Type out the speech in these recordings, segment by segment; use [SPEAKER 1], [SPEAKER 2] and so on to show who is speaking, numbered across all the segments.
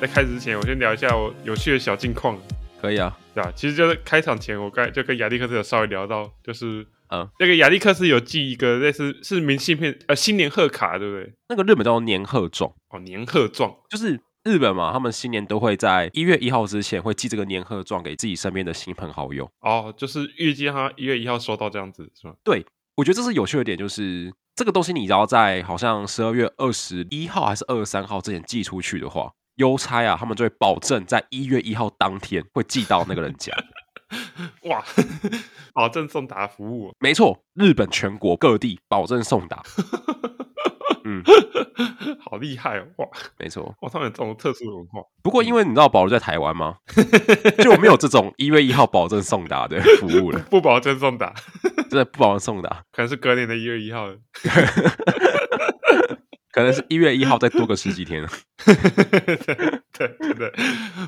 [SPEAKER 1] 在开始之前，我先聊一下我有趣的小近况，
[SPEAKER 2] 可以啊，
[SPEAKER 1] 对吧？其实就是开场前，我刚才就跟亚历克斯有稍微聊到，就是
[SPEAKER 2] 嗯，
[SPEAKER 1] 那个亚历克斯有寄一个类似是明信片，呃，新年贺卡，对不对？
[SPEAKER 2] 那个日本叫做年贺状，
[SPEAKER 1] 哦，年贺状，
[SPEAKER 2] 就是日本嘛，他们新年都会在一月一号之前会寄这个年贺状给自己身边的亲朋好友。
[SPEAKER 1] 哦，就是预计他一月一号收到这样子，是吗？
[SPEAKER 2] 我觉得这是有趣的点，就是这个东西你只要在好像十二月二十一号还是二十三号之前寄出去的话，邮差啊他们就会保证在一月一号当天会寄到那个人家。
[SPEAKER 1] 哇，保证送达服务哦、
[SPEAKER 2] 没错，日本全国各地保证送达。嗯，
[SPEAKER 1] 好厉害哦！哇，
[SPEAKER 2] 没错。
[SPEAKER 1] 哇，他们有这种特殊的文化，
[SPEAKER 2] 不过因为你知道保留在台湾吗？就没有这种一月一号保证送达的服务了，
[SPEAKER 1] 不保证送达，
[SPEAKER 2] 真的不保证送达，
[SPEAKER 1] 可能是隔年的一月一号了。
[SPEAKER 2] 可能是一月一号再多个十几天
[SPEAKER 1] 对对对，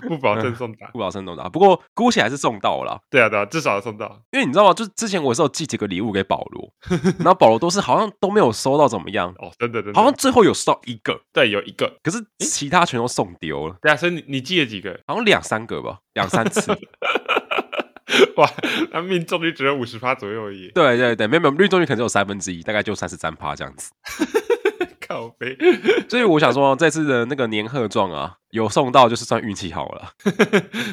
[SPEAKER 1] 不保证送达。
[SPEAKER 2] 不保证送达。不过姑且还是送到了啦，
[SPEAKER 1] 对啊对啊，至少送到。
[SPEAKER 2] 因为你知道吗？就是之前我是有寄几个礼物给保罗，然后保罗都是好像都没有收到怎么样，
[SPEAKER 1] 哦，真的真的，
[SPEAKER 2] 好像最后有收到一个，
[SPEAKER 1] 对有一个。
[SPEAKER 2] 可是其他全都送丢了，
[SPEAKER 1] 对啊，所以你你寄了几个？
[SPEAKER 2] 好像两三个吧，两三次。
[SPEAKER 1] 哇，那命中率只有五十趴左右而已。
[SPEAKER 2] 对对对，没有没有，绿中率可能只有三分之一，大概就三十三趴这样子。
[SPEAKER 1] 靠背，
[SPEAKER 2] 所以我想说，这次的那个年贺状啊，有送到就是算运气好了，
[SPEAKER 1] 对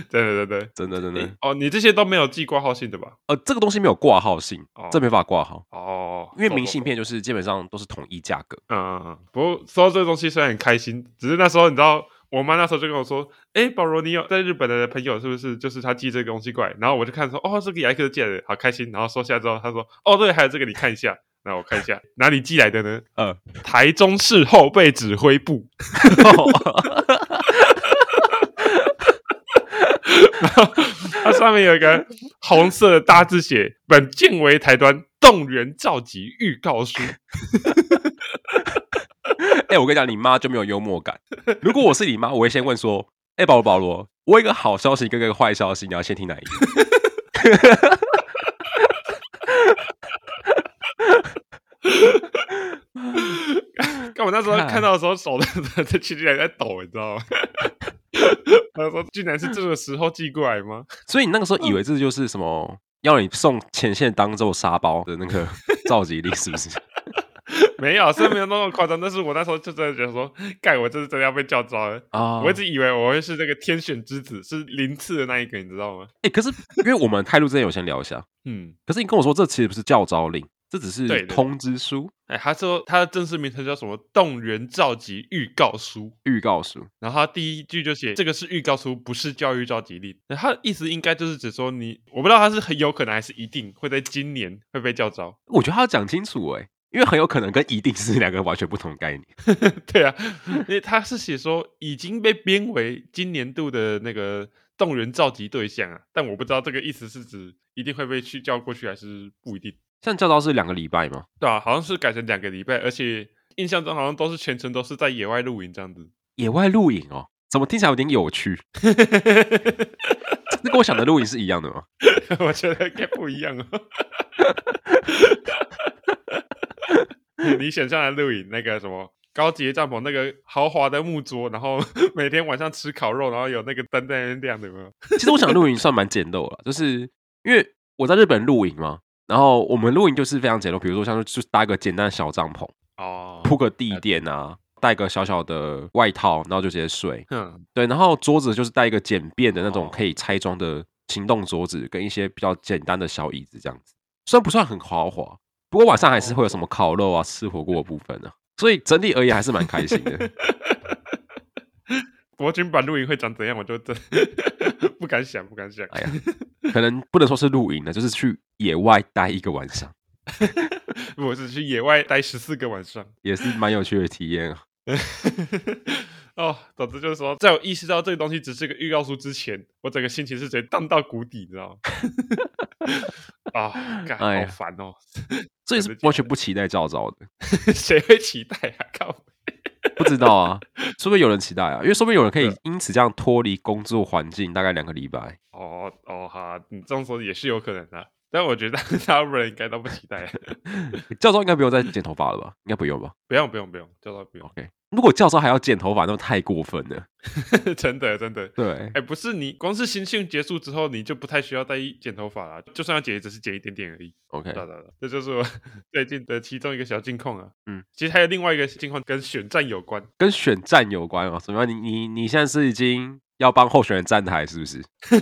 [SPEAKER 1] 对对
[SPEAKER 2] 真的
[SPEAKER 1] 对。
[SPEAKER 2] 真的
[SPEAKER 1] 你。哦，你这些都没有寄挂号信的吧？
[SPEAKER 2] 呃，这个东西没有挂号信
[SPEAKER 1] 哦，
[SPEAKER 2] 这没法挂号，
[SPEAKER 1] 哦，
[SPEAKER 2] 因为
[SPEAKER 1] 懂
[SPEAKER 2] 明信。片就是基本上都是统一价格。
[SPEAKER 1] 懂懂嗯嗯嗯。不过收到这个东西虽然很开心，只是那时候你知道，我妈那时候就跟我说：“哎，保罗，你有在日本的朋友是不是？就是他寄这个东西过来。”然后我就看说：“哦，这个雅克寄来的，好开心。”然后收下之后，他说：“哦，对，还有这个，你看一下。”那我看一下哪里寄来的呢？
[SPEAKER 2] 呃，
[SPEAKER 1] 台中市后备指挥部。它上面有一个红色的大字写“本舰为台端动员召集预告书
[SPEAKER 2] 哎、我跟你讲，你妈就没有幽默感。如果我是你妈，我会先问说：“哎、保罗，保罗，我有一个好消息跟一个坏消息，你要先听哪一个？” ”。
[SPEAKER 1] 看我那时候
[SPEAKER 2] 看
[SPEAKER 1] 看到的时候，手 在在群里还在抖，你知道吗？ 他说：“竟然是这个时候寄过来吗
[SPEAKER 2] 所以你那个时候以为
[SPEAKER 1] 嗯
[SPEAKER 2] 这就是什么要你送前线当做沙包的 那个召集令，是不是？？”
[SPEAKER 1] 没有，是没有那么夸张。但是我那时候就真的觉得说，盖我这是真的要被叫招了。
[SPEAKER 2] 啊
[SPEAKER 1] 我一直以为我会是这个天选之子，是零次的那一个，你知道吗？
[SPEAKER 2] 哎、可是因为我们开录之前有先聊一下，
[SPEAKER 1] 嗯，
[SPEAKER 2] 可是你跟我说这其实不是教招令，这只
[SPEAKER 1] 对
[SPEAKER 2] 是
[SPEAKER 1] 对
[SPEAKER 2] 通知书、
[SPEAKER 1] 哎，他说他的正式名称叫什么？动员召集预告书。
[SPEAKER 2] 预告书。
[SPEAKER 1] 然后他第一句就写这个是预告书，不是教育召集令。那他的意思应该就是指说你，我不知道他是很有可能还是一定会在今年会被叫招。
[SPEAKER 2] 我觉得他要讲清楚哎、因为很有可能跟一定是两个完全不同的概念。
[SPEAKER 1] 对啊，因为他是写说已经被编为今年度的那个动员召集对象啊，但我不知道这个意思是指一定会被去叫过去还是不一定。
[SPEAKER 2] 像教招是两个礼拜吗？
[SPEAKER 1] 对啊，好像是改成两个礼拜，而且印象中好像都是全程都是在野外露营这样子。
[SPEAKER 2] 野外露营哦，怎么听起来有点有趣？这跟我想的露营是一样的吗？
[SPEAKER 1] 我觉得应该不一样哦。 你想象的露营那个什么高级的帐篷，那个豪华的木桌，然后 每天晚上吃烤肉，然后有那个灯在那边亮的，有没有？
[SPEAKER 2] 其实我想露营算蛮简陋了，就是因为我在日本露营嘛，然后我们露营就是非常简陋，比如说像是就是搭一个简单的小帐篷，
[SPEAKER 1] 哦
[SPEAKER 2] 铺个地垫啊，带个小小的外套，然后就直接睡。
[SPEAKER 1] 嗯，
[SPEAKER 2] 对，然后桌子就是带一个简便的那种
[SPEAKER 1] 哦
[SPEAKER 2] 可以拆装的行动桌子，跟一些比较简单的小椅子这样子，虽然不算很豪华，不过晚上还是会有什么烤肉啊、吃火锅的部分呢、啊，所以整体而言还是蛮开心的。
[SPEAKER 1] 国军版露营会长怎样，我就真 不敢想，不敢想。
[SPEAKER 2] 哎呀，可能不能说是露营了，就是去野外待一个晚上，
[SPEAKER 1] 我只去野外待十四个晚上。
[SPEAKER 2] 也是蛮有趣的体验啊。
[SPEAKER 1] 哦，总之就是说，在我意识到这个东西只是个预告书之前，我整个心情是直接荡到谷底，你知道吗？ 啊、干
[SPEAKER 2] 哎
[SPEAKER 1] 好
[SPEAKER 2] 呀
[SPEAKER 1] 烦哦！
[SPEAKER 2] 所以是完全不期待教招的，
[SPEAKER 1] 谁会期待啊？靠！
[SPEAKER 2] 不知 道啊，说不定有人期待啊，因为说不定有人可以
[SPEAKER 1] 对
[SPEAKER 2] 因此这样脱离工作环境大概两个礼拜。
[SPEAKER 1] 哦哦哈，你这样说也是有可能的、但我觉得 大部分人应该都不期待。
[SPEAKER 2] 教招应该不用再剪头发了吧？应该不用吧
[SPEAKER 1] 不用不用不用，叫他不用。
[SPEAKER 2] ？OK，如果教授还要剪头发，那太过分了。
[SPEAKER 1] 真的真的。
[SPEAKER 2] 对
[SPEAKER 1] 哎、，不是你，光是新训结束之后，你就不太需要再剪头发了，就算要剪，也只是剪一点点而已。
[SPEAKER 2] OK，
[SPEAKER 1] 对啊对啊对啊这就是我 最近的其中一个小近况啊。
[SPEAKER 2] 嗯，
[SPEAKER 1] 其实还有另外一个近况跟选战有关，
[SPEAKER 2] 跟选战有关哦。怎么样？你你你现在是已经要帮候选人站台是 不是？哎、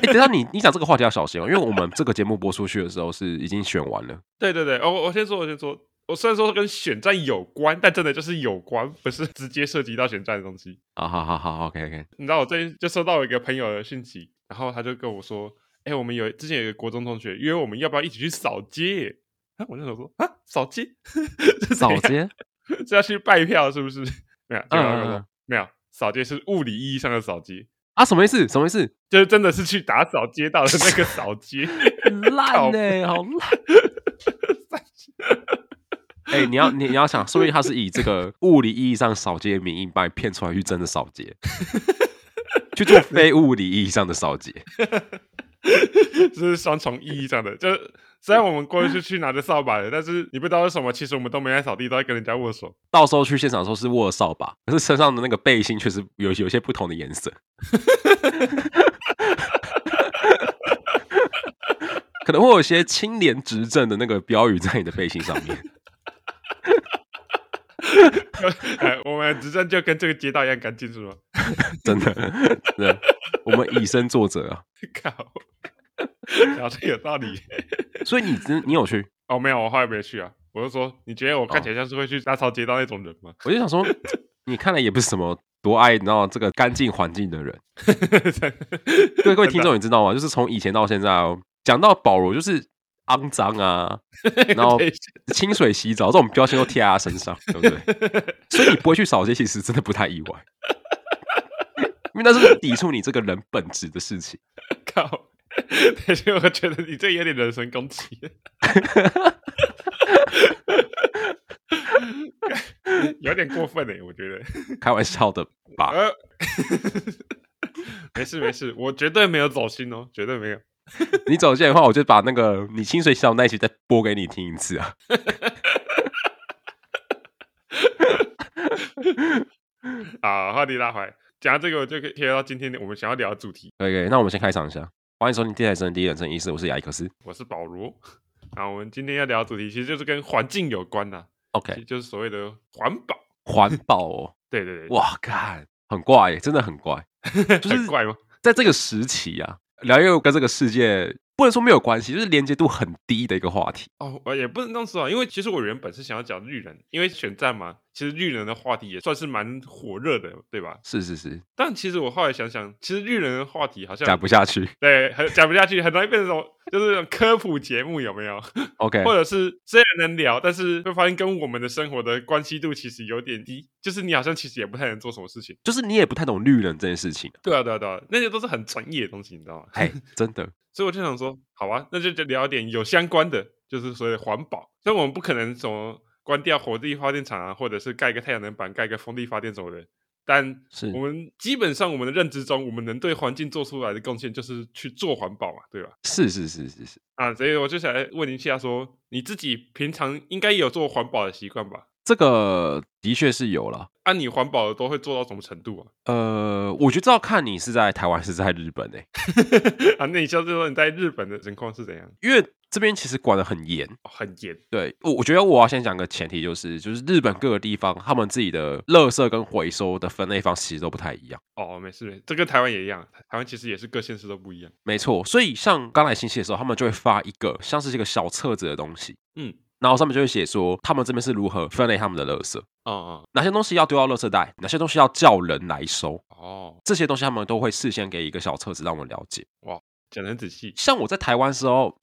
[SPEAKER 2] 等一下你你讲这个话题要小心哦，因为我们这个节目播出去的时候是已经选完了。
[SPEAKER 1] 对对对，哦，我我先说，我先说，我虽然说跟选战有关，但真的就是有关，不是直接涉及到选战的东西。
[SPEAKER 2] 啊，好好好，OK OK，
[SPEAKER 1] 你知道我最近就收到一个朋友的讯息，然后他就跟我说：“哎、我们有之前有一个国中同学约我们，要不要一起去扫街？”啊，我就想说啊，扫街， 是怎
[SPEAKER 2] 扫
[SPEAKER 1] 样
[SPEAKER 2] 街，
[SPEAKER 1] 是要去拜票是不是？没有，结啊果他跟我说
[SPEAKER 2] 嗯嗯嗯
[SPEAKER 1] 没有，扫街是物理意义上的扫街，
[SPEAKER 2] 啊，什么意思？什么意思？
[SPEAKER 1] 就是真的是去打扫街道的那个扫街。
[SPEAKER 2] 烂呢、欸好烂！哎、你要你你要想，说不定他是以这个物理意义上扫街的名义把你骗出来去真的扫 街，去做非物理意义上的扫街。
[SPEAKER 1] 这是双重意义上的。就是虽然我们过去去拿着扫把的，但是你不知道为什么，其实我们都没来扫地，都在跟人家握手。
[SPEAKER 2] 到时候去现场的时候是握着扫把，可是身上的那个背心确实有有些不同的颜色。 可能会有一些清廉执政的那个标语在你的背心上面。
[SPEAKER 1] 哎，我们执政就跟这个街道一样干净，是吗？
[SPEAKER 2] 真的，真的，我们以身作则啊。
[SPEAKER 1] 靠，讲的有道理。
[SPEAKER 2] 所以你真你有去？
[SPEAKER 1] 哦，没有，我后来没去啊。我就说，你觉得我
[SPEAKER 2] 哦
[SPEAKER 1] 看起来像是会去大扫街道那种人吗？
[SPEAKER 2] 我就想说，你看来也不是什么多爱，你知道这个干净环境的人。各位各位听众，你知道吗？就是从以前到现在哦，讲到保罗就是肮脏啊，
[SPEAKER 1] 真的，
[SPEAKER 2] 然后
[SPEAKER 1] 等一下
[SPEAKER 2] 清水洗澡这种标签都贴在他身上，对不对？所以你不会去扫街，其实真的不太意外，因为那是抵触你这个人本质的事情。
[SPEAKER 1] 靠，但是我觉得你这有点人身攻击。 有点过分哎、我觉得。
[SPEAKER 2] 开玩笑的吧？
[SPEAKER 1] 呃， 没事没事，我绝对没有走心哦，绝对没有。
[SPEAKER 2] 你走进来的话，我就把那个你清水洗澡那一期再播给你听一次啊。
[SPEAKER 1] 啊，话题拉回来，讲到这个，我就可以贴到今天我们想要聊的主题。
[SPEAKER 2] OK，那我们先开场一下。欢迎收听《电台生第一人称医师》，我是亚伊克斯。
[SPEAKER 1] 我是保罗，啊，我们今天要聊的主题其实就是跟环境有关呐、其
[SPEAKER 2] OK，
[SPEAKER 1] 实就是所谓的环保。
[SPEAKER 2] 环保哦，
[SPEAKER 1] 对对对，
[SPEAKER 2] 哇，看很怪耶，真的很怪。就是
[SPEAKER 1] 很怪吗？
[SPEAKER 2] 在这个时期啊，疗愈跟这个世界不能说没有关系，就是连接度很低的一个话题。
[SPEAKER 1] 哦，我也不能这样说啊，因为其实我原本是想要讲绿人，因为选战嘛，其实绿人的话题也算是蛮火热的，对吧？
[SPEAKER 2] 是是是，
[SPEAKER 1] 但其实我后来想想，其实绿人的话题好像
[SPEAKER 2] 讲不下去。
[SPEAKER 1] 对，很讲不下去，很容易变成什么，就是那种科普节目有没有？
[SPEAKER 2] OK，
[SPEAKER 1] 或者是虽然能聊，但是会发现跟我们的生活的关系度其实有点低，就是你好像其实也不太能做什么事情。
[SPEAKER 2] 就是你也不太懂绿人这件事 情、
[SPEAKER 1] 对啊，对啊，对啊，那些都是很专业的东西，你知道吗？
[SPEAKER 2] 哎，真的，
[SPEAKER 1] 所以我就想说，好啊，那就聊点有相关的，就是所谓的环保。但我们不可能什么关掉火力发电厂啊，或者是盖一个太阳能板、盖一个风力发电什么的。但
[SPEAKER 2] 是
[SPEAKER 1] 我们基本上我们的认知中，我们能对环境做出来的贡献就是去做环保嘛，对吧？
[SPEAKER 2] 是是是是是，
[SPEAKER 1] 啊，所以我就想来问一下说，你自己平常应该也有做环保的习惯吧？
[SPEAKER 2] 这个的确是有了。
[SPEAKER 1] 按、你环保都会做到什么程度啊？
[SPEAKER 2] 呃，我觉得要看你是在台湾还是在日本诶、欸
[SPEAKER 1] 啊，那你像是说你在日本的情况是怎样？
[SPEAKER 2] 因为这边其实管得很严。
[SPEAKER 1] 哦很严
[SPEAKER 2] 对，我我觉得我要先讲个前提，就是就是日本各个地方他们自己的垃圾跟回收的分类方式其实都不太一样。
[SPEAKER 1] 哦，没事没事，这跟台湾也一样，台湾其实也是各县市都不一样。
[SPEAKER 2] 没错，所以像刚来新西的时候，他们就会发一个像是这个小册子的东西，
[SPEAKER 1] 嗯，
[SPEAKER 2] 然后上面就会写说他们这边是如何分类他们的垃圾，
[SPEAKER 1] 哦哦
[SPEAKER 2] 哪些东西要丢到垃圾袋，哪些东西要叫人来收，
[SPEAKER 1] 哦，
[SPEAKER 2] 这些东西他们都会事先给一个小册子让我们了解。，
[SPEAKER 1] 讲的很仔细
[SPEAKER 2] 像我在台湾的时候，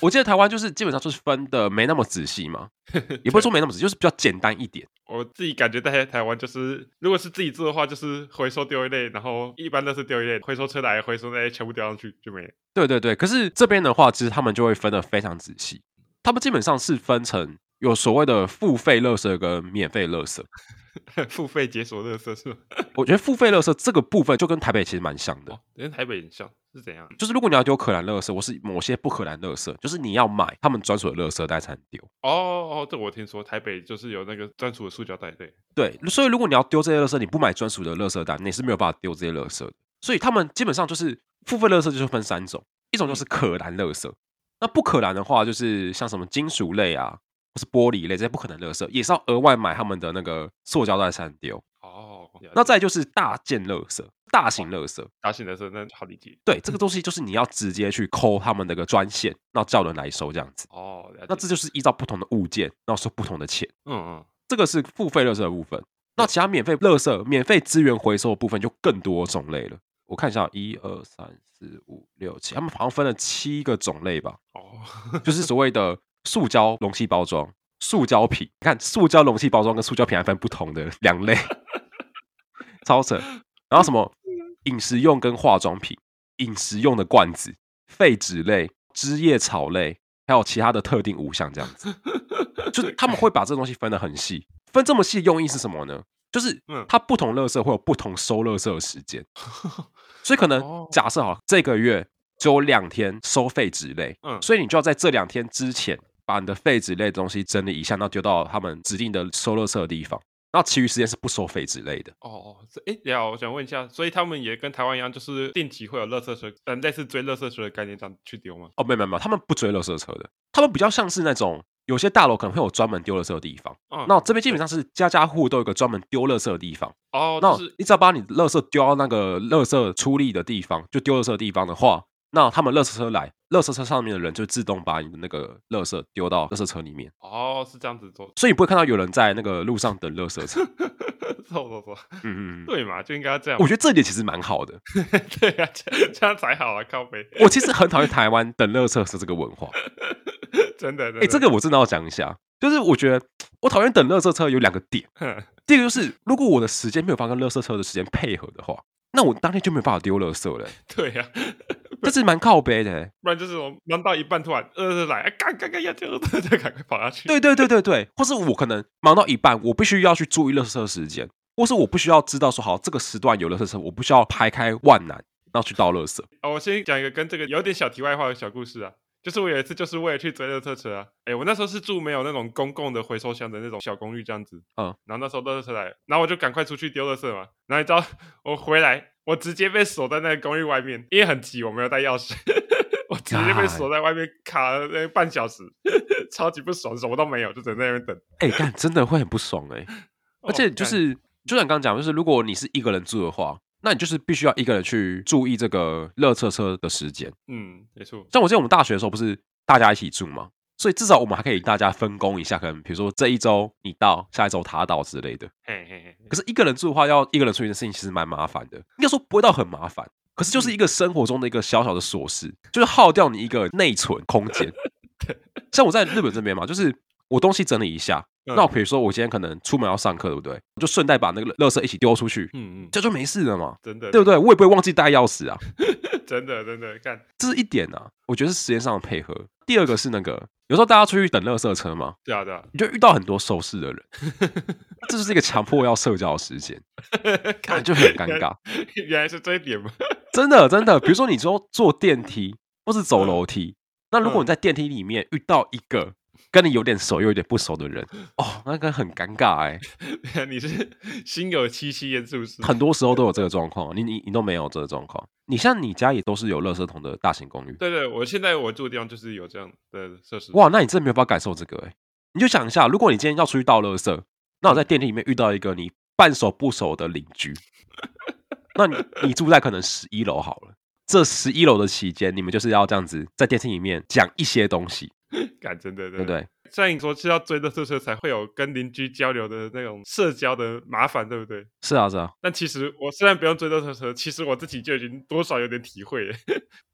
[SPEAKER 2] 我记得台湾就是基本上就是分的没那么仔细嘛，也不是说没那么仔细，就是比较简单一点。
[SPEAKER 1] 我自己感觉在台湾就是，如果是自己做的话，就是回收丢一类，然后一般都是丢一类，回收车来回收那些全部丢上去就没了。
[SPEAKER 2] 对对对，可是这边的话，其实他们就会分得非常仔细，他们基本上是分成有所谓的付费垃圾跟免费垃圾。
[SPEAKER 1] 付费解锁乐色是吗？
[SPEAKER 2] 我觉得付费垃圾这个部分就跟台北其实蛮像的，
[SPEAKER 1] 哦，跟台北很像，是怎样？
[SPEAKER 2] 就是如果你要丢可燃垃圾，我是某些不可燃垃圾，就是你要买他们专属的垃圾袋才能丢。
[SPEAKER 1] 哦哦，这我听说，台北就是有那个专属的塑胶袋，对，
[SPEAKER 2] 对，所以如果你要丢这些垃圾，你不买专属的垃圾袋，你是没有办法丢这些垃圾的。所以他们基本上就是付费垃圾，就是分三种，一种就是可燃垃圾，那不可燃的话就是像什么金属类啊，或是玻璃类这些不可燃垃圾，也是要额外买他们的那个塑胶袋才能丢。
[SPEAKER 1] 哦，了解
[SPEAKER 2] 那再就是大件垃圾、大型垃圾，
[SPEAKER 1] 打醒的时候那好理解，
[SPEAKER 2] 对，这个东西就是你要直接去抠他们那个专线，然后叫人来收这样子。
[SPEAKER 1] 哦，了解
[SPEAKER 2] 那这就是依照不同的物件，然后收不同的钱。
[SPEAKER 1] 嗯嗯，
[SPEAKER 2] 这个是付费垃圾的部分。那其他免费垃圾、免费资源回收的部分就更多种类了。我看一下，一二三四五六七，他们好像分了七个种类吧，
[SPEAKER 1] 哦，
[SPEAKER 2] 就是所谓的塑胶容器包装、塑胶品。你看，塑胶容器包装跟塑胶品还分不同的两类， 超扯。然后什么
[SPEAKER 1] 嗯
[SPEAKER 2] 饮食用跟化妆品、饮食用的罐子、废纸类、枝叶草类，还有其他的特定五项这样子。就是他们会把这东西分得很细，分这么细的用意是什么呢？就是
[SPEAKER 1] 嗯
[SPEAKER 2] 它不同垃圾会有不同收垃圾的 时间，所以可能
[SPEAKER 1] 哦
[SPEAKER 2] 假设哈，这个月只有两天收废纸类，
[SPEAKER 1] 嗯
[SPEAKER 2] 所以你就要在这两天之前把你的废纸类的东西整理一下，然后丢到他们指定的收垃圾的地方，然后其余时间是不收废纸类的。
[SPEAKER 1] 哦哦，这哎，你好，我想问一下，所以他们也跟台湾一样，就是定期会有垃圾车，嗯，类似追垃圾车的概念这样去丢吗？
[SPEAKER 2] 哦，没有没有没有，他们不追垃圾车的，他们比较像是那种有些大楼可能会有专门丢垃圾的地方，
[SPEAKER 1] 嗯，
[SPEAKER 2] 那这边基本上是家家户户都有一个专门丢垃圾的地方。
[SPEAKER 1] 哦，
[SPEAKER 2] 那
[SPEAKER 1] 就是
[SPEAKER 2] 你只要把你的垃圾丢到那个垃圾处理的地方，就丢垃圾的地方的话，那他们垃圾车来，垃圾车上面的人就自动把你的那个垃圾丢到垃圾车里面，
[SPEAKER 1] 哦，是这样子做，
[SPEAKER 2] 所以你不会看到有人在那个路上等垃圾车。
[SPEAKER 1] 错错错，
[SPEAKER 2] 嗯嗯 嗯，
[SPEAKER 1] 对嘛，就应该要这样
[SPEAKER 2] 我，觉得这一点其实蛮好的。
[SPEAKER 1] 对啊，这这样才好啊，靠背，
[SPEAKER 2] 我其实很讨厌台湾等垃圾车这个文化。
[SPEAKER 1] 真的，真
[SPEAKER 2] 哎、
[SPEAKER 1] 的
[SPEAKER 2] 这个我真的要讲一下，就是我觉得我讨厌等垃圾车有两个点，
[SPEAKER 1] 哼
[SPEAKER 2] 第一个就是如果我的时间没有办法跟垃圾车的时间配合的话，那我当天就没有办法丢垃圾了、
[SPEAKER 1] 对呀，
[SPEAKER 2] 这是蛮靠背的、欸。
[SPEAKER 1] 不然就是我忙到一半突然呃来，啊干干干要 丢，再赶快跑下去，
[SPEAKER 2] 对对对对对，或是我可能忙到一半，我必须要去注意垃圾车时间，或是我必须要知道说好这个时段有垃圾车，我不需要排开万难然后去倒垃圾。
[SPEAKER 1] 啊，我先讲一个跟这个有点小题外话的小故事啊，就是我有一次就是为了去追垃圾车啊，哎，我那时候是住没有那种公共的回收箱的那种小公寓这样子，
[SPEAKER 2] 嗯，
[SPEAKER 1] 然后那时候垃圾车来了，然后我就赶快出去丢垃圾嘛，然后你知道我回来，我直接被锁在那个公寓外面，因为很急，我没有带钥匙。我直接被
[SPEAKER 2] God
[SPEAKER 1] 锁在外面卡了那半小时，超级不爽，什么都没有，就只能在那边等。
[SPEAKER 2] 哎、干真的会很不爽哎、而且
[SPEAKER 1] 哦
[SPEAKER 2] 就
[SPEAKER 1] 干
[SPEAKER 2] 是就像你刚刚讲，就是如果你是一个人住的话，那你就是必须要一个人去注意这个垃圾车的时间。
[SPEAKER 1] 嗯，没错，
[SPEAKER 2] 像我记得我们大学的时候不是大家一起住嘛，所以至少我们还可以大家分工一下，可能比如说这一周你到，下一周他到之类的。
[SPEAKER 1] 嘿嘿嘿，
[SPEAKER 2] 可是一个人住的话，要一个人处理的事情其实蛮麻烦的，应该说不会到很麻烦，可是就是一个生活中的一个小小的琐事，就是耗掉你一个内存空间。像我在日本这边嘛，就是我东西整理一下，
[SPEAKER 1] 嗯
[SPEAKER 2] 那我比如说我今天可能出门要上课，对不对？我就顺带把那个垃圾一起丢出去，
[SPEAKER 1] 嗯嗯，
[SPEAKER 2] 这就没事了嘛，
[SPEAKER 1] 真的，
[SPEAKER 2] 对不对？我也不会忘记带钥匙啊，
[SPEAKER 1] 对？真的真的，看，
[SPEAKER 2] 这是一点啊，我觉得是时间上的配合。第二个是那个，有时候大家出去等垃圾车嘛，
[SPEAKER 1] 对啊对 啊，
[SPEAKER 2] 你就遇到很多熟识的人，这就是一个强迫要社交的时间， 感就很尴尬。
[SPEAKER 1] 原来是这一点嘛，
[SPEAKER 2] 真的真的，比如说你说坐电梯或是走楼梯，那如果你在电梯里面遇到一个跟你有点熟又有点不熟的人，哦，那个很尴尬哎、
[SPEAKER 1] 你是心有戚戚焉，是不是？
[SPEAKER 2] 很多时候都有这个状况，你你你都没有这个状况。你像你家也都是有垃圾桶的大型公寓，
[SPEAKER 1] 对对，我现在我住的地方就是有这样的设施。
[SPEAKER 2] 哇，那你真的没有办法感受这个哎、你就想一下，如果你今天要出去倒垃圾，那我在电梯里面遇到一个你半熟不熟的邻居，那你你住在可能十一楼好了。这十一楼的期间，你们就是要这样子在电梯里面讲一些东西，
[SPEAKER 1] 感真的，对
[SPEAKER 2] 对不对？？
[SPEAKER 1] 虽然你说是要追的宿舍才会有跟邻居交流的那种社交的麻烦，对不对？
[SPEAKER 2] 是啊，是啊，
[SPEAKER 1] 但其实我虽然不用追垃圾车，其实我自己就已经多少有点体会 了。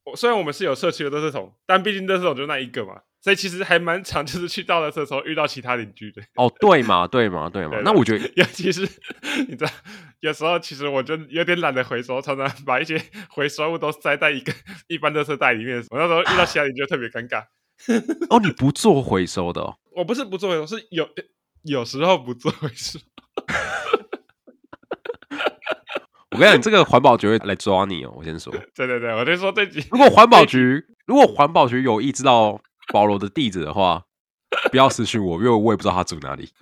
[SPEAKER 1] 我虽然我们是有社区的垃圾桶，但毕竟垃圾桶就那一个嘛，所以其实还蛮常就是去到垃圾的时候遇到其他邻居的。
[SPEAKER 2] 哦，对嘛，对嘛，对嘛
[SPEAKER 1] 对。
[SPEAKER 2] 那
[SPEAKER 1] 对
[SPEAKER 2] 我 觉得，
[SPEAKER 1] 尤其是你知道，有时候其实我就有点懒得回收，常 常把一些回收物都塞在一个一般垃圾袋里面的时候。我那时候遇到其他邻居就特别尴尬。
[SPEAKER 2] 哦，你不做回收的、哦，
[SPEAKER 1] 我不是不做回收，是有有时候不做回收。
[SPEAKER 2] 我跟你讲，这个环保局会来抓你哦。我先说，
[SPEAKER 1] 对对对，我就说这集
[SPEAKER 2] 如果环 保局如果环保局有意知道保罗的地址的话，不要私讯我，因为我也不知道他住 哪里。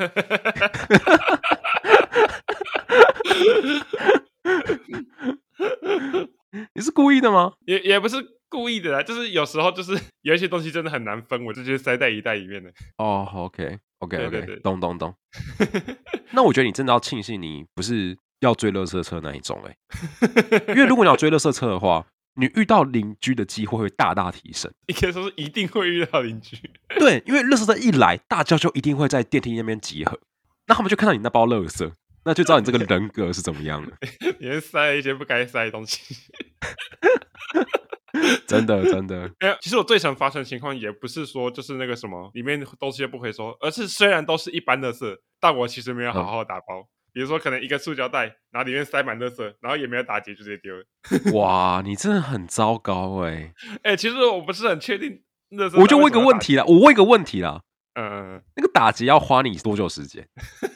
[SPEAKER 2] 你是故意的吗？
[SPEAKER 1] 也也不是故意的啦，就是有时候就是有一些东西真的很难分，我就觉得塞在一袋里面的。
[SPEAKER 2] 哦、o k o k
[SPEAKER 1] 对
[SPEAKER 2] o
[SPEAKER 1] 对
[SPEAKER 2] k
[SPEAKER 1] 对
[SPEAKER 2] 懂懂懂。那我觉得你真的要庆幸你不是要追垃圾车那一种哎、欸，因为如果你要追垃圾车的话，你遇到邻居的机会会大大提升。
[SPEAKER 1] 应该说是一定会遇到邻居，
[SPEAKER 2] 对，因为垃圾车一来，大家就一定会在电梯那边集合，那他们就看到你那包垃圾，那就知道你这个人格是怎么样的。
[SPEAKER 1] 也是塞了一些不该塞的东西。
[SPEAKER 2] 真的，真的，
[SPEAKER 1] 哎呀，其实我最常发生的情况也不是说就是那个什么里面东西都不回收，而是虽然都是一般垃圾，但我其实没有好
[SPEAKER 2] 嗯
[SPEAKER 1] 好打包。比如说，可能一个塑胶袋，然后里面塞满垃圾，然后也没有打结，就直接丢了。
[SPEAKER 2] 哇，你真的很糟糕哎、
[SPEAKER 1] 哎、其实我不是很确定垃圾袋
[SPEAKER 2] 我就
[SPEAKER 1] 为
[SPEAKER 2] 问一
[SPEAKER 1] 什么
[SPEAKER 2] 个
[SPEAKER 1] 要
[SPEAKER 2] 问
[SPEAKER 1] 打结，
[SPEAKER 2] 题啦，我问一个问题啦，
[SPEAKER 1] 嗯嗯，嗯
[SPEAKER 2] 那个打结要花你多久时间？
[SPEAKER 1] 嗯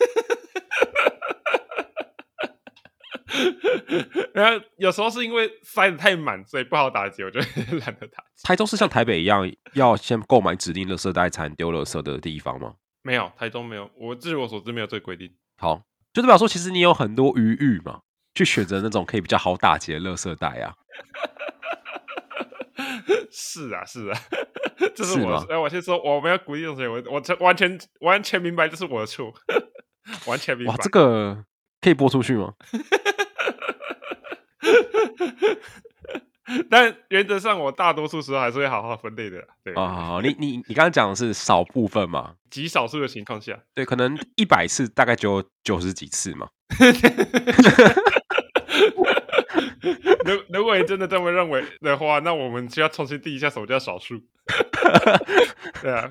[SPEAKER 1] 然后有时候是因为塞的太满，所以不好打结，我就 懒得打结。
[SPEAKER 2] 台中是像台北一样，要先购买指定垃圾袋才能丢垃圾的地方吗？
[SPEAKER 1] 没有，台中没有，我据我所知没有这个规定。
[SPEAKER 2] 好，就代表说，其实你有很多余裕嘛，去选择那种可以比较好打结的垃圾袋啊。
[SPEAKER 1] 是啊，是啊，这是
[SPEAKER 2] 是
[SPEAKER 1] 我
[SPEAKER 2] 吗
[SPEAKER 1] 的。哎，我先说，我没有鼓励这种事情，我我这完全完全明白这是我的错， 完全明白
[SPEAKER 2] 哇，。这个可以播出去吗？
[SPEAKER 1] 但原则上，我大多数时候还是会好好分类的啦。对，
[SPEAKER 2] 啊，你你你刚刚讲的是少部分嘛？
[SPEAKER 1] 极少数的情况下，
[SPEAKER 2] 对，可能一百次大概只有九十几次嘛。
[SPEAKER 1] 如 如果你真的这么认为的话，那我们就要重新定一下什么叫少数。 对啊，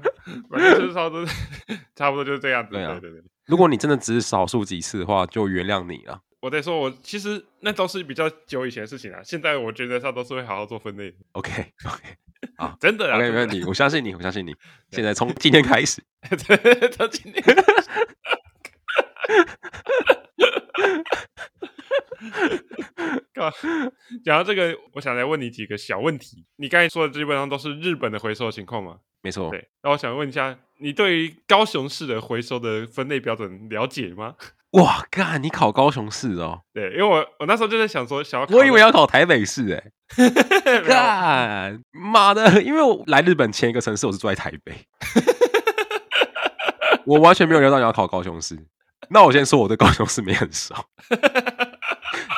[SPEAKER 1] 反正就是差不多， 差不多就是这样子。
[SPEAKER 2] 对啊
[SPEAKER 1] 对对对。
[SPEAKER 2] 如果你真的只是少数几次的话，就原谅你了。
[SPEAKER 1] 我得说，我其实那都是比较久以前的事情啊。现在我觉得上都是会好好做分类的，
[SPEAKER 2] OK OK
[SPEAKER 1] 真的啊。
[SPEAKER 2] OK，没问题，我相信你，我相信你。现在从今天开始，
[SPEAKER 1] 对，到今天。靠 讲到这个，我想来问你几个小问题。你刚才说的基本上都是日本的回收情况嘛？
[SPEAKER 2] 没错，
[SPEAKER 1] 对。那我想问一下，你对于高雄市的回收的分类标准了解吗？
[SPEAKER 2] 哇，干，你考高雄市哦，
[SPEAKER 1] 对，因为我我那时候就在想说，想要考
[SPEAKER 2] 我以为要啊考台北市哎、
[SPEAKER 1] 没有
[SPEAKER 2] 干，妈的， 因为我来日本前一个城市我是住在台北， 我完全没有料到你要考高雄市。那我先说我对高雄市没很熟。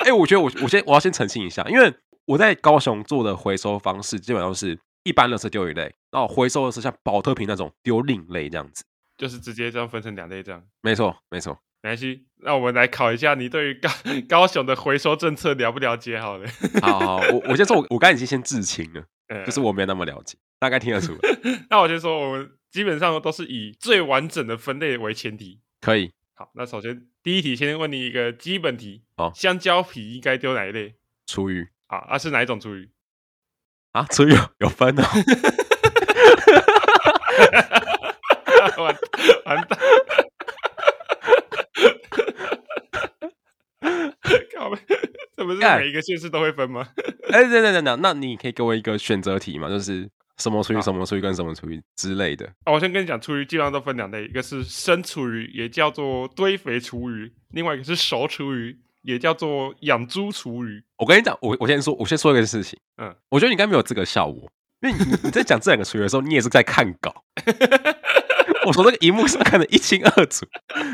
[SPEAKER 2] 哎、我觉得我我先我要先澄清一下，因为我在高雄做的回收方式基本上是一般垃圾丢一类，然后回收的是像保特瓶那种丢另类这样子。
[SPEAKER 1] 就是直接这样分成两类这样。
[SPEAKER 2] 没错，没 错。
[SPEAKER 1] 没关系，那我们来考一下你对于高 高雄的回收政策了不了解？好了，
[SPEAKER 2] 好好，好 我我先说我，我刚才已经先自清了，
[SPEAKER 1] 嗯
[SPEAKER 2] 就是我没有那么了解，大概听得出来。
[SPEAKER 1] 那我先说，我们基本上都是以最完整的分类为前提。
[SPEAKER 2] 可以，
[SPEAKER 1] 好，那首先第一题，先问你一个基本题：
[SPEAKER 2] 好
[SPEAKER 1] 香蕉皮应该丢哪一类？
[SPEAKER 2] 厨余
[SPEAKER 1] 啊，啊是哪一种厨余？
[SPEAKER 2] 啊，厨余有有分哦。
[SPEAKER 1] 完完蛋！ 靠背，这不是
[SPEAKER 2] 干
[SPEAKER 1] 每一个县市都会分吗？
[SPEAKER 2] 哎，等等等等，那你可以给我一个选择题嘛？就是什么厨余、
[SPEAKER 1] 好
[SPEAKER 2] 什么厨余跟什么厨余之类的。
[SPEAKER 1] 啊，我先跟你讲，厨余基本上都分两类，一个是生厨余，也叫做堆肥厨余；，另外一个是熟厨余，也叫做养猪厨余。
[SPEAKER 2] 我跟你讲，我我先说，我先说一个事情。
[SPEAKER 1] 嗯，
[SPEAKER 2] 我觉得你应该没有资格笑我，因为你你在讲这两个厨余的时候，你也是在看 稿。我从那个荧幕上看得一清二楚，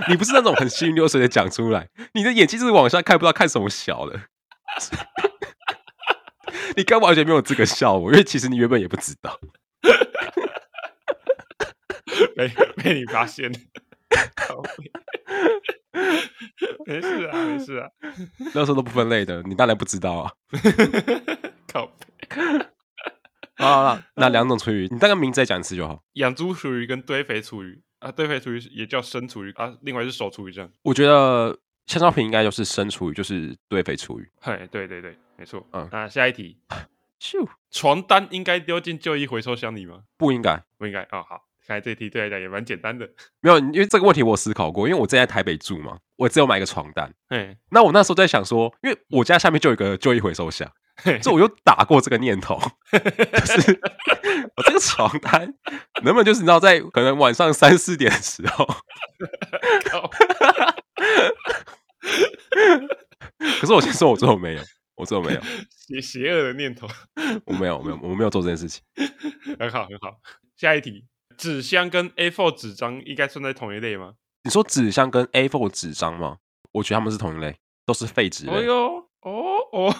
[SPEAKER 2] 你不是那种很行云流水的讲出来，你的眼睛就是往下看，不知道看什么小的。 你刚完全没有资格笑我，因为其实你原本也不知道。
[SPEAKER 1] 被被你发现了。靠北 没事啊，没事啊，
[SPEAKER 2] 那时候都不分类的，你当然不知道啊。
[SPEAKER 1] 靠北！
[SPEAKER 2] 好好好，
[SPEAKER 1] 嗯
[SPEAKER 2] 那两种厨余，你大概名字再讲一次就好。
[SPEAKER 1] 养猪厨余跟堆肥厨余啊，堆肥厨余也叫生厨余啊，另外是熟厨余这样。
[SPEAKER 2] 我觉得香蕉皮应该就是生厨余，就是堆肥厨余。
[SPEAKER 1] 嘿，对对对，没错。
[SPEAKER 2] 嗯
[SPEAKER 1] 啊，下一题，
[SPEAKER 2] 咻，
[SPEAKER 1] 床单应该丢进旧衣回收箱里吗？
[SPEAKER 2] 不应该。
[SPEAKER 1] 不应该啊、好。看来这一题对来讲也蛮简单的。
[SPEAKER 2] 没有，因为这个问题我有思考过，因为我之前在台北住嘛，我只有买一个床单。
[SPEAKER 1] 嘿，
[SPEAKER 2] 那我那时候在想说，因为我家下面就有一个旧衣回收箱，
[SPEAKER 1] 嘿
[SPEAKER 2] 所以我就打过这个念头， 就是我这个床单能不能就是你知道，在可能晚上三四点的时候，
[SPEAKER 1] 靠
[SPEAKER 2] 可是我先说我最后没有，我最后没有，
[SPEAKER 1] 邪邪恶的念头，
[SPEAKER 2] 我没有，我没有，我没有做这件事情。
[SPEAKER 1] 很好很好。下一题，纸箱跟 A4 纸张应该算在同一类吗？
[SPEAKER 2] 你说纸箱跟 A4 纸张吗？我觉得他们是同一类，都是废纸
[SPEAKER 1] 哦
[SPEAKER 2] 类。
[SPEAKER 1] 哟，哦 哦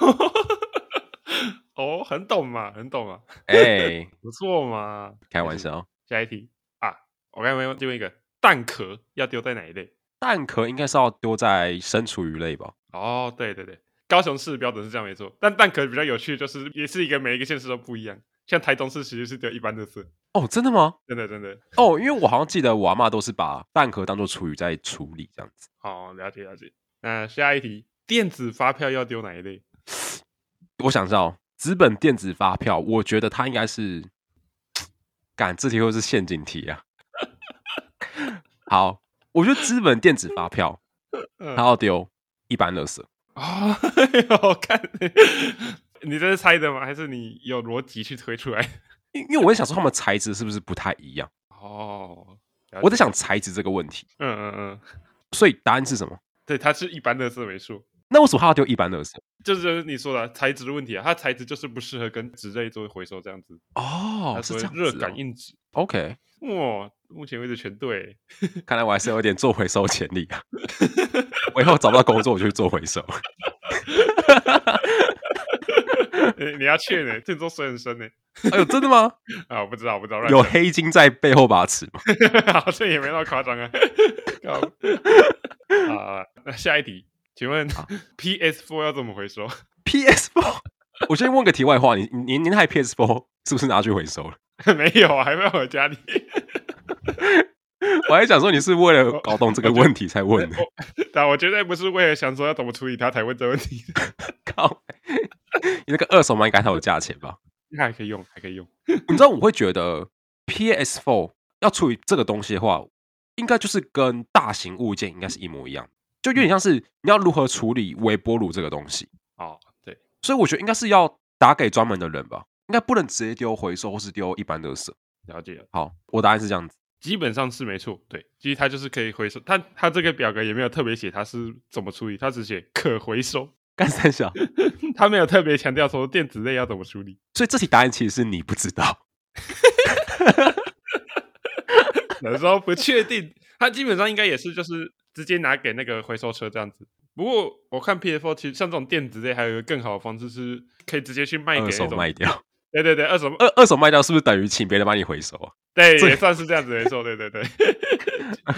[SPEAKER 1] 哦，很懂嘛，很懂嘛，
[SPEAKER 2] 哎、
[SPEAKER 1] 不错嘛。
[SPEAKER 2] 开玩笑，
[SPEAKER 1] 下一题啊，我刚才没丢一个蛋壳，要丢在哪一类？
[SPEAKER 2] 蛋壳应该是要丢在生厨余类吧？
[SPEAKER 1] 哦，对对对，高雄市的标准是这样没错，但蛋壳比较有趣，就是也是一个每一个县市都不一样。像台中市其实是丢一般的色，
[SPEAKER 2] 哦，真的吗？
[SPEAKER 1] 真的真的。
[SPEAKER 2] 哦，因为我好像记得我阿妈都是把蛋壳当做厨余在处理这样子。
[SPEAKER 1] 好、了解了解。那下一题，电子发票要丢哪一类？
[SPEAKER 2] 我想知道纸本电子发票，我觉得它应该是，干这题会是陷阱题啊。好，我觉得纸本电子发票
[SPEAKER 1] 嗯
[SPEAKER 2] 它要丢一般垃圾，
[SPEAKER 1] 哦， 我看 你这是猜的吗？还是你有逻辑去推出来？
[SPEAKER 2] 因因为我在想说它们材质是不是不太一样，
[SPEAKER 1] 哦，了解
[SPEAKER 2] 我在想材质这个问题，
[SPEAKER 1] 嗯嗯嗯，
[SPEAKER 2] 所以答案是什么？
[SPEAKER 1] 对，它是一般的色为数，
[SPEAKER 2] 那为什么它要丢一般垃圾？
[SPEAKER 1] 就是你说的材质的问题啊，它材质就是不适合跟纸类做回收这样子，
[SPEAKER 2] 哦
[SPEAKER 1] 它，
[SPEAKER 2] 是
[SPEAKER 1] 所谓
[SPEAKER 2] 这样子、哦
[SPEAKER 1] 热感。应纸。
[SPEAKER 2] OK，
[SPEAKER 1] 哇、目前为止全 对，
[SPEAKER 2] 看来我还是有点做回收潜力啊。 我以后找不到工作，我就去做回收。
[SPEAKER 1] 你你要确呢，这都水很深呢。
[SPEAKER 2] 哎呦，真的吗？
[SPEAKER 1] 啊，我不知道，我不知道，乱
[SPEAKER 2] 有
[SPEAKER 1] 讲
[SPEAKER 2] 黑金在背后把持吗？
[SPEAKER 1] 好像也没那么夸张啊。 靠好，啊那下一题，请问 PS4 要怎么回收？
[SPEAKER 2] PS4，我 先问个题外话，你你您您害 PS4 是不是拿去回收了？
[SPEAKER 1] 没有啊，还没有我家里。
[SPEAKER 2] 我还想说你是为了搞懂这个问题才问 的，
[SPEAKER 1] 但我绝对不是为了想说要怎么处理它才问这问题，
[SPEAKER 2] 靠！ 你那个二手买应该还有价钱吧？
[SPEAKER 1] 那还可以用，还可以用。
[SPEAKER 2] 你知道我会觉得 PS4 要处理这个东西的话，应该就是跟大型物件应该是一模一样，就有点像是你要如何处理微波炉这个东西，
[SPEAKER 1] 哦，对，
[SPEAKER 2] 所以我觉得应该是要打给专门的人吧，应该不能直接丢回收或是丢一般垃圾。
[SPEAKER 1] 了解了，
[SPEAKER 2] 好，我答案是这样子。
[SPEAKER 1] 基本上是没错。对，其实它就是可以回收，它它这个表格也没有特别写它是怎么处理，它只写可回收，
[SPEAKER 2] 干三小，
[SPEAKER 1] 它没有特别强调说电子类要怎么处理。
[SPEAKER 2] 所以这题答案其实是你不知道。
[SPEAKER 1] 有时候不确定，它基本上应该也是就是直接拿给那个回收车这样子。不过我看 PS4 其实像这种电子类还有一个更好的方式是可以直接去卖给
[SPEAKER 2] 二
[SPEAKER 1] 那
[SPEAKER 2] 手
[SPEAKER 1] 种，
[SPEAKER 2] 卖掉，
[SPEAKER 1] 对对对，二手
[SPEAKER 2] 二二手卖掉是不是等于请别人帮你回收啊？
[SPEAKER 1] 对
[SPEAKER 2] 这
[SPEAKER 1] 也算是这样子没错，对对对。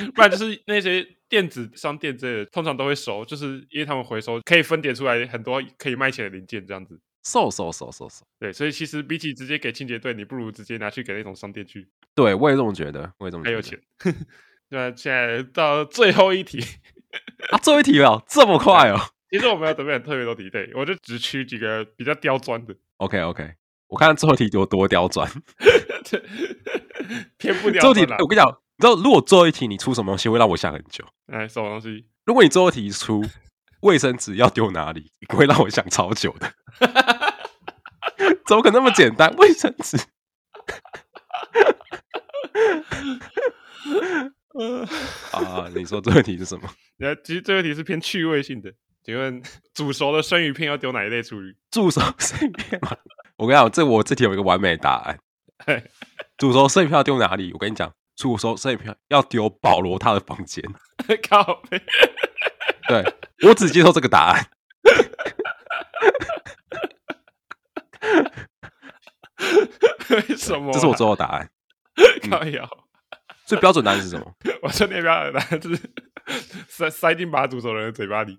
[SPEAKER 1] 不然就是那些电子商店之类的，通常都会熟，就是因为他们回收可以分解出来很多可以卖钱的零件这样子。
[SPEAKER 2] 收收收收收，
[SPEAKER 1] 对，所以其实比起直接给清洁队，你不如直接拿去给那种商店去，
[SPEAKER 2] 对我也这么觉得，我也这么
[SPEAKER 1] 还
[SPEAKER 2] 觉得。
[SPEAKER 1] 有钱。 那现在到最后一题。
[SPEAKER 2] 啊！最后一题了，这么快哦
[SPEAKER 1] 其实我没有准备很特别多题，对我就只取几个比较刁钻的，
[SPEAKER 2] ？OK OK，我看最后一题有多刁钻。
[SPEAKER 1] 偏不刁
[SPEAKER 2] 最后一题，
[SPEAKER 1] 钻啦
[SPEAKER 2] 我。跟你讲，你知道如果最后一题你出什么东西会让我想很久？
[SPEAKER 1] 哎，什么东西？
[SPEAKER 2] 如果你最后一题出卫生纸要丢哪里，会让我想超久 的。怎么可能那么简单？卫生纸
[SPEAKER 1] 呃，
[SPEAKER 2] 啊！你说最后一题是什么？
[SPEAKER 1] 那其实这个题是偏趣味性的。请问 煮熟的生鱼片要丢哪一类厨余？
[SPEAKER 2] 助 手碎片吗？我跟你讲，这我这题有一个完美的答案。
[SPEAKER 1] 嘿
[SPEAKER 2] 煮熟剩余票丢哪里？我跟你讲，煮熟剩余票要丢保罗他的房间。
[SPEAKER 1] 靠背，
[SPEAKER 2] 对我只接受这个答案。
[SPEAKER 1] 为什么啊、
[SPEAKER 2] 这是我嗯最后答案。
[SPEAKER 1] 靠腰。
[SPEAKER 2] 最标准答案是什么？
[SPEAKER 1] 我说那边耳男是塞塞进把煮熟的人的嘴巴里，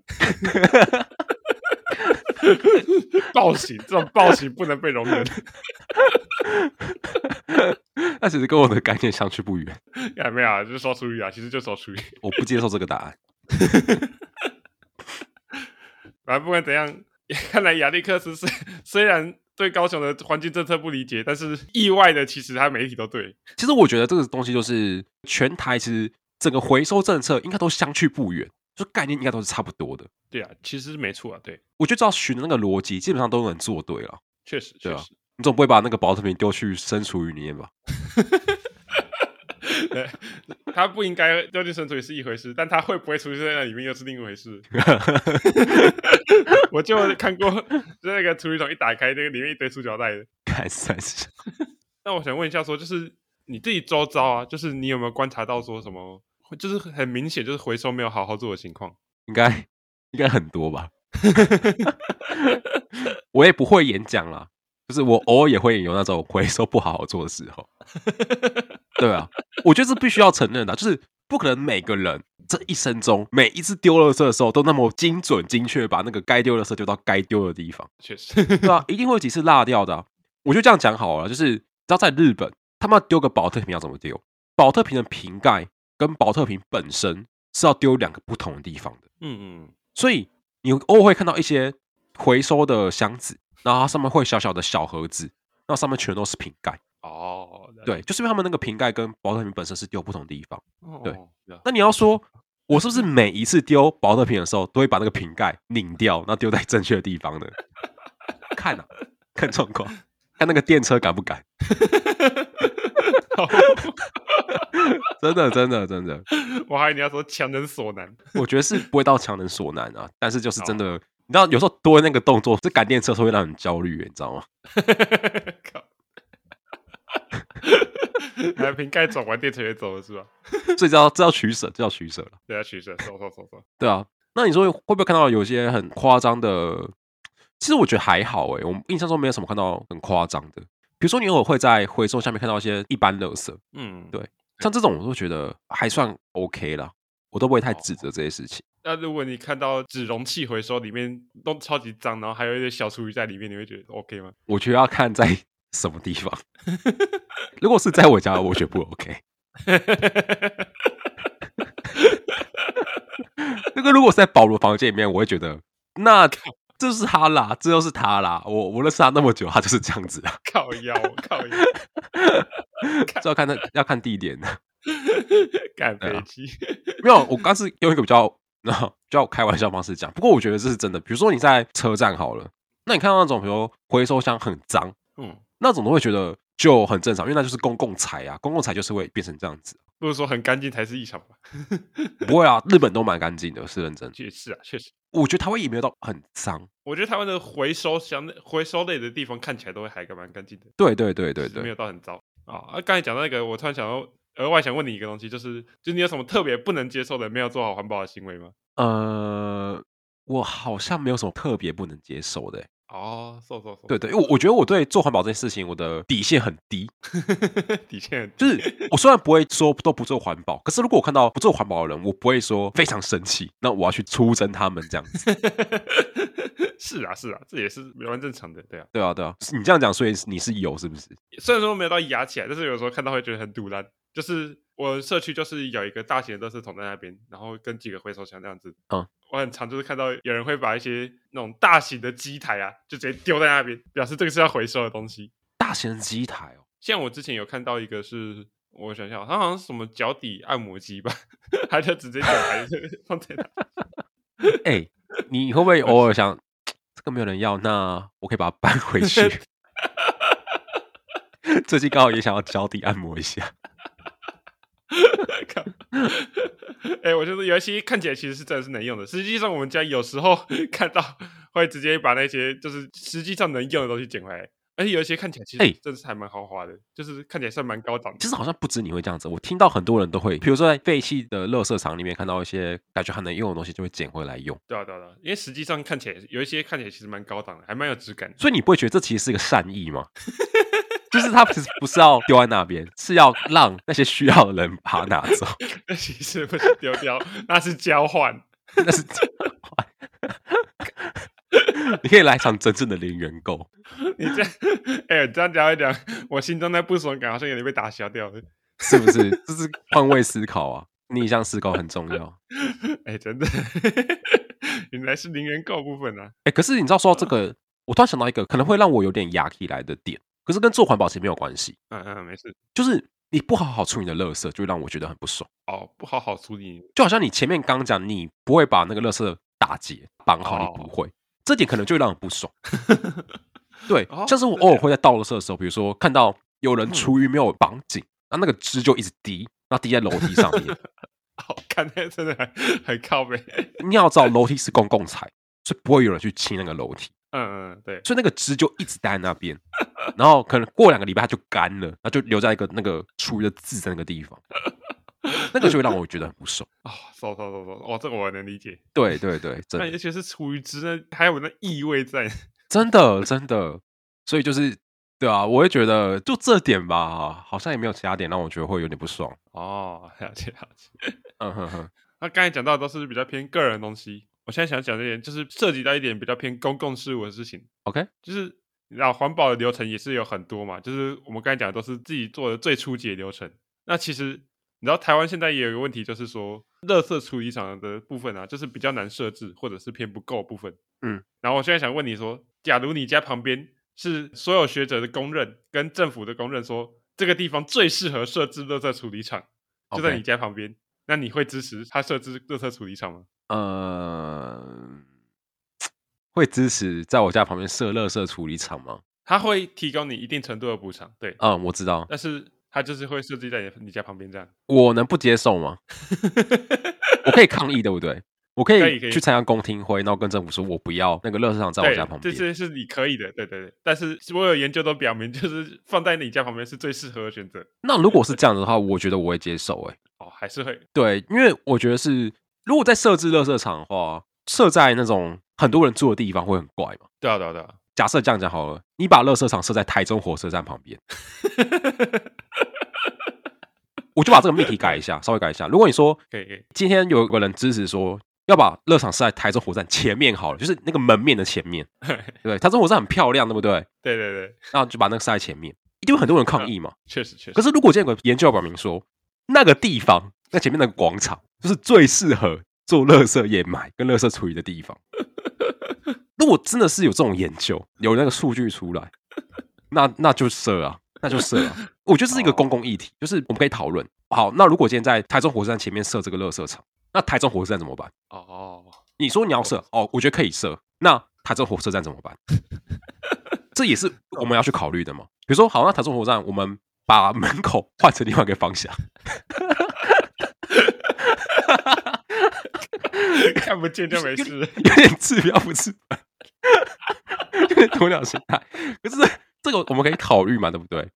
[SPEAKER 1] 暴行，这种暴行不能被容忍。
[SPEAKER 2] 那其实跟我的概念相去不远。
[SPEAKER 1] 哎，没有啊，就是说厨余啊，其实就说厨余。
[SPEAKER 2] 我不接受这个答案。
[SPEAKER 1] 反正不管怎样，看来亚历克斯虽虽然对高雄的环境政策不理解，但是意外的，其实他每一题都对。
[SPEAKER 2] 其实我觉得这个东西就是全台其实整个回收政策应该都相去不远，就概念应该都是差不多的。
[SPEAKER 1] 对啊，其实没错啊，对，
[SPEAKER 2] 我觉得只要循着那个逻辑，基本上都能做对了。
[SPEAKER 1] 确实
[SPEAKER 2] 对
[SPEAKER 1] 确
[SPEAKER 2] 啊
[SPEAKER 1] 实。
[SPEAKER 2] 你总不会把那个保特瓶丢去生厨余里面吧？
[SPEAKER 1] 对，他不应该丢进神主也是一回事，但他会不会出现在那里面又是另一回事。我就看过，就那个厨余桶一打开，那个里面一堆塑胶袋的。
[SPEAKER 2] 看三是
[SPEAKER 1] 那我想问一下说就是你自己周遭啊，就是你有没有观察到说什么，就是很明显就是回收没有好好做的情况？
[SPEAKER 2] 应该应该很多吧。 我也不会演讲啦，就是我偶尔也会有那种回收不好好做的时候。对啊，我觉得是必须要承认的啊，就是不可能每个人这一生中每一次丢垃圾的时候都那么精准精确把那个该丢的垃圾丢到该丢的地方，
[SPEAKER 1] 确实，
[SPEAKER 2] 对啊，一定会有几次落掉的啊、我就这样讲好了，就是只要在日本，他们要丢个保特瓶要怎么丢？保特瓶的瓶盖跟保特瓶本身是要丢两个不同的地方的。
[SPEAKER 1] 嗯嗯，
[SPEAKER 2] 所以你偶尔会看到一些回收的箱子，然后它上面会小小的小盒子，那上面全都是瓶盖。
[SPEAKER 1] 哦，
[SPEAKER 2] 对，就是因为他们那个瓶盖跟保特瓶本身是丢不同地方。
[SPEAKER 1] 哦，
[SPEAKER 2] 对
[SPEAKER 1] 对啊，
[SPEAKER 2] 那你要说，我是不是每一次丢保特瓶的时候，都会把那个瓶盖拧掉，然后丢在正确的地方呢？看啊，看状况，看那个电车敢不敢？
[SPEAKER 1] 好
[SPEAKER 2] 真的，真的，真的，
[SPEAKER 1] 我还以为你要说强人所难，
[SPEAKER 2] 我觉得是不会到强人所难啊，但是就是真的。你知道有时候多那个动作，这赶电车是会让人焦虑欸的，你知道吗？
[SPEAKER 1] 靠， 来瓶盖转完电车也走了是吧？
[SPEAKER 2] 所以这要这要取舍，这要取舍了。
[SPEAKER 1] 对啊，取舍，收收收收，
[SPEAKER 2] 对啊，那你说会不会看到有些很夸张的？其实我觉得还好诶、我印象中没有什么看到很夸张的。比如说，你偶尔会在回收下面看到一些一般垃圾，
[SPEAKER 1] 嗯，
[SPEAKER 2] 对像这种我都觉得还算 OK 啦，我都不会太指责这些事情。
[SPEAKER 1] 那如果你看到纸容器回收里面都超级脏，然后还有一些小厨余在里面，你会觉得 OK 吗？
[SPEAKER 2] 我觉得要看在 什么地方。如果是在我家，我觉得不 OK。那个如果是在保罗房间里面，我会觉得那这就是他啦，这就是他啦。我我认识他那么久，他就是这样子啊。
[SPEAKER 1] 靠腰，靠腰，
[SPEAKER 2] 这要看那要看地点的。
[SPEAKER 1] 干
[SPEAKER 2] 对
[SPEAKER 1] 飞
[SPEAKER 2] 啊
[SPEAKER 1] 机，
[SPEAKER 2] 没有，我刚是用一个比较那比较开玩笑方式讲，不过我觉得这是真的。比如说你在车站好了，那你看到那种比如回收箱很脏，
[SPEAKER 1] 嗯，
[SPEAKER 2] 那种都会觉得就很正常，因为那就是公共财啊，公共财就是会变成这样子。
[SPEAKER 1] 不是说很干净才是异常吧？
[SPEAKER 2] 不会啊，日 本都蛮干净的，是认真。
[SPEAKER 1] 确实啊，确实，
[SPEAKER 2] 我觉得台湾也没有到很脏。
[SPEAKER 1] 我觉得台湾的回收箱、回收类的地方看起来都会还蛮干净的。
[SPEAKER 2] 对对对对
[SPEAKER 1] 就是没
[SPEAKER 2] 对，
[SPEAKER 1] 有到很糟啊。啊，刚才讲到那个，我突然想到，额外想问你一个东西，就是，就是你有什么特别不能接受的没有做好环保的行为吗？
[SPEAKER 2] 呃，我好像没有什么特别不能接受的欸、
[SPEAKER 1] 哦，受受受，
[SPEAKER 2] 对对，因为我我觉得我对做环保这件事情，我的底线很低，
[SPEAKER 1] 对， 底线
[SPEAKER 2] 就是我虽然不会说都不做环保，可是如果我看到不做环保的人，我不会说非常生气，那我要去出征他们这样子。
[SPEAKER 1] 是啊是啊，这也是蛮正常的，对啊。
[SPEAKER 2] 对啊，对啊，你这样讲，所以你是有是不是？
[SPEAKER 1] 虽然说没有到压起来，但是有时候看到会觉得很堵然。就是我社区就是有一个大型的垃圾桶在那边，然后跟几个回收箱这样子。
[SPEAKER 2] 嗯，
[SPEAKER 1] 我很常就是看到有人会把一些那种大型的机台啊，就直接丢在那边，表示这个是要回收的东西。
[SPEAKER 2] 大型的机台哦，
[SPEAKER 1] 像我之前有看到一个是，我想想，它好像是什么脚底按摩机吧， 它就直接脚还是 放在那。
[SPEAKER 2] 哎、你会不会偶尔想这个没有人要，那我可以把它搬回去？ 最近刚好也想要脚底按摩一下，
[SPEAKER 1] 靠！哎、我觉得有一些看起来其实是真的是能用的，实际上我们家有时候 看到会直接把那些就是实际上能用的东西捡回来，而且有一些看起来其
[SPEAKER 2] 哎
[SPEAKER 1] 实真的是还蛮豪华的，就是看起来算蛮高档的。
[SPEAKER 2] 其实好像不止你会这样子，我听到很多人都会，比如说在废弃的垃圾场里面看到一些感觉很能用的东西，就会捡回来用。
[SPEAKER 1] 对啊，对啊，对啊因为实际上看起来有一些看起来其实蛮高档的，还蛮有质感的。
[SPEAKER 2] 所以你不会觉得这其实是一个善意吗？ 就是他其实不是要丢在那边，是要让那些需要的人把它拿走。
[SPEAKER 1] 那 其实不是丢掉，那是交换。
[SPEAKER 2] 那是 你可以来一场真正的零元购，
[SPEAKER 1] 你这样，哎、这样讲一讲，我心中那不爽感好像有点被打消掉了。
[SPEAKER 2] 是不是？这是换位思考啊，逆向思考很重要。
[SPEAKER 1] 哎、真的，原来是零元购部分啊。
[SPEAKER 2] 哎、可是你知道说到这个，我突然想到一个可能会让我有点牙起来的点，可是跟做环保其实没有关系，
[SPEAKER 1] 嗯嗯，没事。
[SPEAKER 2] 就是你不好好处理你的垃圾，就会让我觉得很不爽。
[SPEAKER 1] 哦，不好好处理，
[SPEAKER 2] 就好像你前面刚讲，你不会把那个垃圾打结绑好，
[SPEAKER 1] 哦
[SPEAKER 2] 你不会，这点可能就会让人不 爽。对
[SPEAKER 1] 哦，
[SPEAKER 2] 像是我
[SPEAKER 1] 是这
[SPEAKER 2] 偶尔
[SPEAKER 1] 样
[SPEAKER 2] 会在倒垃圾的时候，比如说看到有人
[SPEAKER 1] 嗯
[SPEAKER 2] 厨余没有绑紧，那那个汁就一直滴，那滴在楼梯上 面。
[SPEAKER 1] 好哦看，那真的很很靠背。
[SPEAKER 2] 你要知道，楼梯是公共财，所以不会有人去清那个楼梯，
[SPEAKER 1] 嗯嗯，对，
[SPEAKER 2] 所以那个汁就一直待在那边。 然后可能过两个礼拜它就干了，那就留在一个那个厨余的字在那个地方， 那个就会让我觉得很不爽。
[SPEAKER 1] 啊，收收收收，哇，这个我能理解。
[SPEAKER 2] 对对对，真
[SPEAKER 1] 那
[SPEAKER 2] 的。
[SPEAKER 1] 尤其是处于之那，还有那异味在。
[SPEAKER 2] 真的真的，所以就是对啊，我会觉得就这点吧，好像也没有其他点让我觉得会有点不爽。
[SPEAKER 1] 哦，了解了解。
[SPEAKER 2] 嗯哼哼，
[SPEAKER 1] 那刚才讲到的都是比较偏个人的东西，我现在想讲这点，就是涉及到一点比较偏公共事务的事情。
[SPEAKER 2] OK
[SPEAKER 1] 就是你知道环保的流程也是有很多嘛，就是我们刚才讲的都是自己做的最初级的流程。那其实你知道台湾现在也有一个问题，就是说垃圾处理厂的部分啊，就是比较难设置，或者是偏不够的部分。
[SPEAKER 2] 嗯，
[SPEAKER 1] 然后我现在想问你说，假如你家旁边是所有学者的公认跟政府的公认说这个地方最适合设置垃圾处理厂，就在
[SPEAKER 2] OK
[SPEAKER 1] 你家旁边。那你会支持他设置垃圾处理厂吗？
[SPEAKER 2] 呃，会支持在我家旁边设垃圾处理厂吗？
[SPEAKER 1] 他会提供你一定程度的补偿，对，
[SPEAKER 2] 嗯，我知道，
[SPEAKER 1] 但是他就是会设计在你你家旁边这样。
[SPEAKER 2] 我能不接受吗？我可以抗议，对不对？我可
[SPEAKER 1] 可以可以
[SPEAKER 2] 以去参加公听会，然后跟政府说我不要那个垃圾 场在我
[SPEAKER 1] 对，
[SPEAKER 2] 家旁
[SPEAKER 1] 这这
[SPEAKER 2] 边。
[SPEAKER 1] 是你可以的，对对对。但是所有研究都表明，就是放在你家旁边是最适合的选择。
[SPEAKER 2] 那如果是这样的话，我觉得我会接受、欸。
[SPEAKER 1] 哦，还是会
[SPEAKER 2] 对，因为我觉得是，如果在设置垃圾场的话，设在那种很多人住的地方会很怪嘛。
[SPEAKER 1] 对啊对啊对啊。
[SPEAKER 2] 假设这样讲好了，你把垃圾场设在台中火车站旁边，我就把这个命题改一下，稍微改一下。如果你说
[SPEAKER 1] 可以可以，
[SPEAKER 2] 今天有个人支持说要把垃圾场设在台中火车站前面好了，就是那个门面的前面，对不对？台中火车站很漂亮，对不对？
[SPEAKER 1] 对对对，
[SPEAKER 2] 那就把那个设在前面，一定会很多人抗议嘛。
[SPEAKER 1] 确实确实
[SPEAKER 2] 可。是如果今天有个研究表明说，那个地方，那前面那个广场，就是最适合做垃圾掩埋跟垃圾处理的地方。如果真的是有这种研究，有那个数据出来，那那就设啊，那就设啊。我觉得这是一个公共议题，就是我们可以讨论。好，那如果今天在台中火车站前面设这个垃圾场，那台中火车站怎么办？
[SPEAKER 1] 哦，
[SPEAKER 2] 你说你要设哦，我觉得可以设。那台中火车站怎么 办？这也是我们要去考虑的嘛。比如说，好，那台中火车站，我们把门口换成另外一个方向，
[SPEAKER 1] 看不见就没事。
[SPEAKER 2] 有点治标不治本， 有点鸵鸟心态。可是这个我们可以考虑嘛，对不对？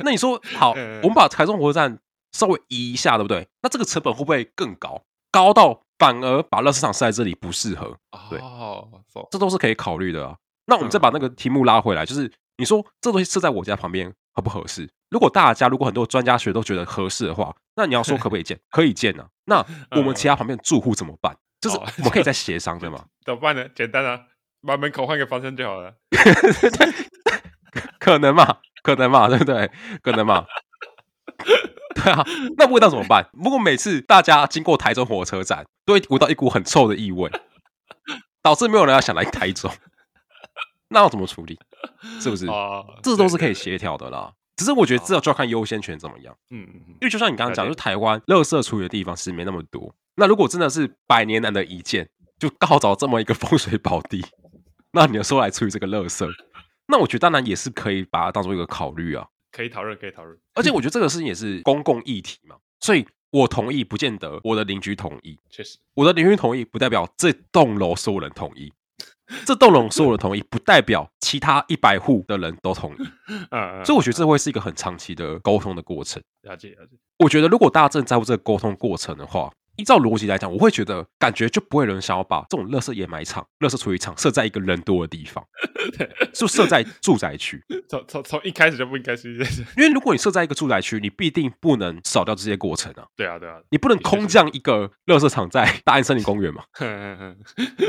[SPEAKER 2] 那你说好，
[SPEAKER 1] 嗯
[SPEAKER 2] 我们把台中火车站稍微移一下，对不对？那这个成本会不会更高？高到反而把乐市场设在这里不适合，对
[SPEAKER 1] 哦，so-
[SPEAKER 2] 这都是可以考虑的啊。那我们再把那个题目拉回来，就是你说这东西设在我家旁边合不合适？如果大家如果很多专家学都觉得合适的话，那你要说可不可以建？可以建啊。那我们其他旁边的住户怎么办？就是
[SPEAKER 1] 哦
[SPEAKER 2] 我们可以再协 商的嘛。
[SPEAKER 1] 怎么办呢？简单啊，把门口换个方向就好了。
[SPEAKER 2] 可能嘛，可能嘛，对不对？可能嘛。对啊，那味道怎么办？如果每次大家经过台中火车站，都会闻到一股很臭的异味，导致没有人要想来台中， 那要怎么处理？是不是？
[SPEAKER 1] 哦，
[SPEAKER 2] 这都是可以
[SPEAKER 1] 对。
[SPEAKER 2] 协调的啦。只是我觉得这就要看优先权怎么样，
[SPEAKER 1] 对对嗯嗯
[SPEAKER 2] 因为就像你刚刚讲，
[SPEAKER 1] 了
[SPEAKER 2] 就
[SPEAKER 1] 解
[SPEAKER 2] 是台湾垃圾处理的地方其实没那么多。那如果真的是百年难得一见，就告找这么一个 风水宝地，那你说来处理这个垃圾，那我觉得当然也是可以把它当做一个考虑啊。
[SPEAKER 1] 嗯，可以讨论，可以讨论。
[SPEAKER 2] 而且我觉得这个事情也是公共议题嘛，所以我同意不见得我的邻居同意，
[SPEAKER 1] 确实，
[SPEAKER 2] 我的邻居同意不代表这栋楼所有人同意，这栋楼所有人同意不代表其他一百户的人都同意。
[SPEAKER 1] 嗯嗯，
[SPEAKER 2] 所以我觉得这会是一个很长期的沟通的过程。
[SPEAKER 1] 了解了解。
[SPEAKER 2] 我觉得如果大家真的在乎这个沟通过程的话，依照逻辑来讲，我会觉得感觉就不会有人想要把这种垃圾掩埋场、垃圾处理厂设在一个人多的地方，就设在住宅区。
[SPEAKER 1] 从从从一开始就不应该是这样。
[SPEAKER 2] 因为如果你设在一个住宅区，你必定不能少掉这些过程啊，
[SPEAKER 1] 对啊对啊，
[SPEAKER 2] 你不能
[SPEAKER 1] 的确是
[SPEAKER 2] 空降一个垃圾场在大安森林公园嘛，
[SPEAKER 1] 嗯嗯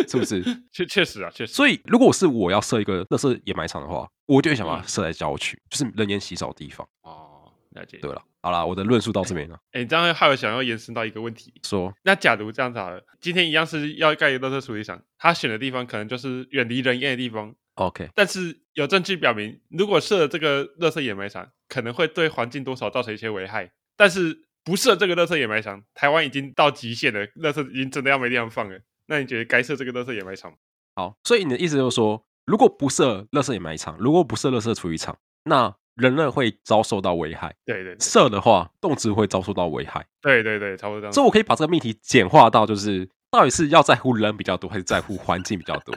[SPEAKER 2] 是不是？
[SPEAKER 1] 嗯，确确实啊，确实。
[SPEAKER 2] 所以，如果是我要设一个垃圾掩埋场的话，我就会想把它
[SPEAKER 1] 嗯
[SPEAKER 2] 设在郊区，就是人烟稀少的地方。
[SPEAKER 1] 哦，了解。
[SPEAKER 2] 对了，好啦，我的论述到这边了。
[SPEAKER 1] 哎，你这样害我想要延伸到一个问题。
[SPEAKER 2] 说
[SPEAKER 1] 那假如这样子好了，今天一样是要盖乐色处理厂，他选的地方可能就是远离人烟的地方，
[SPEAKER 2] OK，
[SPEAKER 1] 但是有证据表明，如果设了这个垃圾掩埋场，可能会对环境多少造成一些危害。但是不设这个垃圾掩埋场，台湾已经到极限了，垃圾已经真的要没地方放了。那你觉得该设这个垃圾掩埋场吗？
[SPEAKER 2] 好，所以你的意思就是说，如果不设垃圾掩埋场，如果不设垃圾处理厂，那人类会遭受到危害；
[SPEAKER 1] 对对
[SPEAKER 2] 设的话，动植物会遭受到危害。
[SPEAKER 1] 对对对，差不多这样。
[SPEAKER 2] 所以我可以把这个命题简化到，就是到底是要在乎人比较多，还是在乎环境比较多？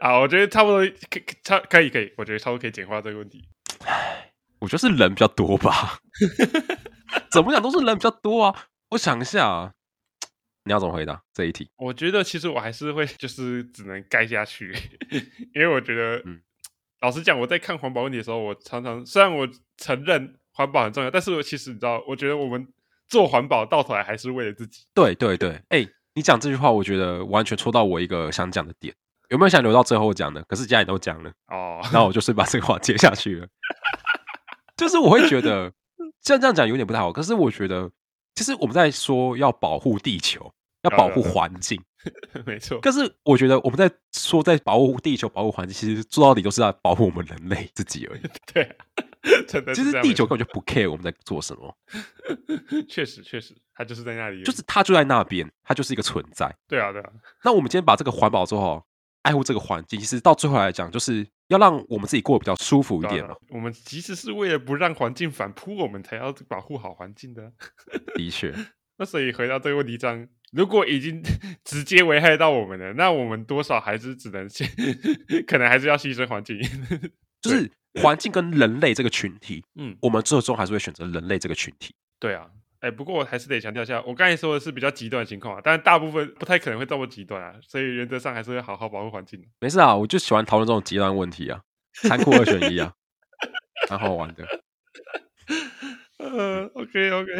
[SPEAKER 1] 啊，我觉得差不多，可可差可以可以，我觉得差不多可以简化这个问题。
[SPEAKER 2] 我觉得是人比较多吧。怎么讲都是人比较多啊。我想一下、啊，你要怎么回答这一题？
[SPEAKER 1] 我觉得其实我还是会就是只能盖下去， 因为我觉得，
[SPEAKER 2] 嗯
[SPEAKER 1] 老实讲，我在看环保问题的时候，我常常虽然我承认环保很重要，但是我其实你知道，我觉得我们做环保到头来还是为了自己。
[SPEAKER 2] 对对对，哎、你讲这句话，我觉得完全戳到我一个想讲的点。有没有想留到最后讲的？可是既然你都讲了，
[SPEAKER 1] 哦，
[SPEAKER 2] 那我就是把这个话接下去了。 就是我会觉得，这样这样讲有点不太好。可是我觉得，其实我们在说要保护地球，要保
[SPEAKER 1] 嗯
[SPEAKER 2] 护环境。
[SPEAKER 1] 没错，
[SPEAKER 2] 可是我觉得我们在说在保护地球、保护环境，其实做到底都是在保护我们人类自己而已。
[SPEAKER 1] 对、啊，真的
[SPEAKER 2] 其
[SPEAKER 1] 是
[SPEAKER 2] 实
[SPEAKER 1] 这样
[SPEAKER 2] 地
[SPEAKER 1] 没
[SPEAKER 2] 球
[SPEAKER 1] 错
[SPEAKER 2] 根本就不 care 我们在做什么，
[SPEAKER 1] 确实确实，它就是在那里而已，
[SPEAKER 2] 就是它就在那边，它就是一个存在。
[SPEAKER 1] 对啊对啊，
[SPEAKER 2] 那我们今天把这个环保做好，爱护这个环境，其实到最后来讲，就是要让我们自己过得比较舒服一
[SPEAKER 1] 对啊对
[SPEAKER 2] 点
[SPEAKER 1] 啊
[SPEAKER 2] 嘛。
[SPEAKER 1] 我们其实是为了不让环境反扑，我们才要保护好环境的啊、
[SPEAKER 2] 的确，
[SPEAKER 1] 那所以回到这个问题上，如果已经 直接危害到我们了，那我们多少还是只能先，可能还是要牺牲环境。
[SPEAKER 2] 就是环境跟人类这个群体，
[SPEAKER 1] 嗯，
[SPEAKER 2] 我们最终还是会选择人类这个群体。
[SPEAKER 1] 对啊。哎，不过我还是得强调一下，我刚才说的是比较极端的情况啊，但大部分不太可能会这么极端啊，所以原则上还是会好好保护环境的。
[SPEAKER 2] 没事啊，我就喜欢讨论这种极端问题啊，残酷二选一啊，蛮好玩的。
[SPEAKER 1] 呃，OK OK，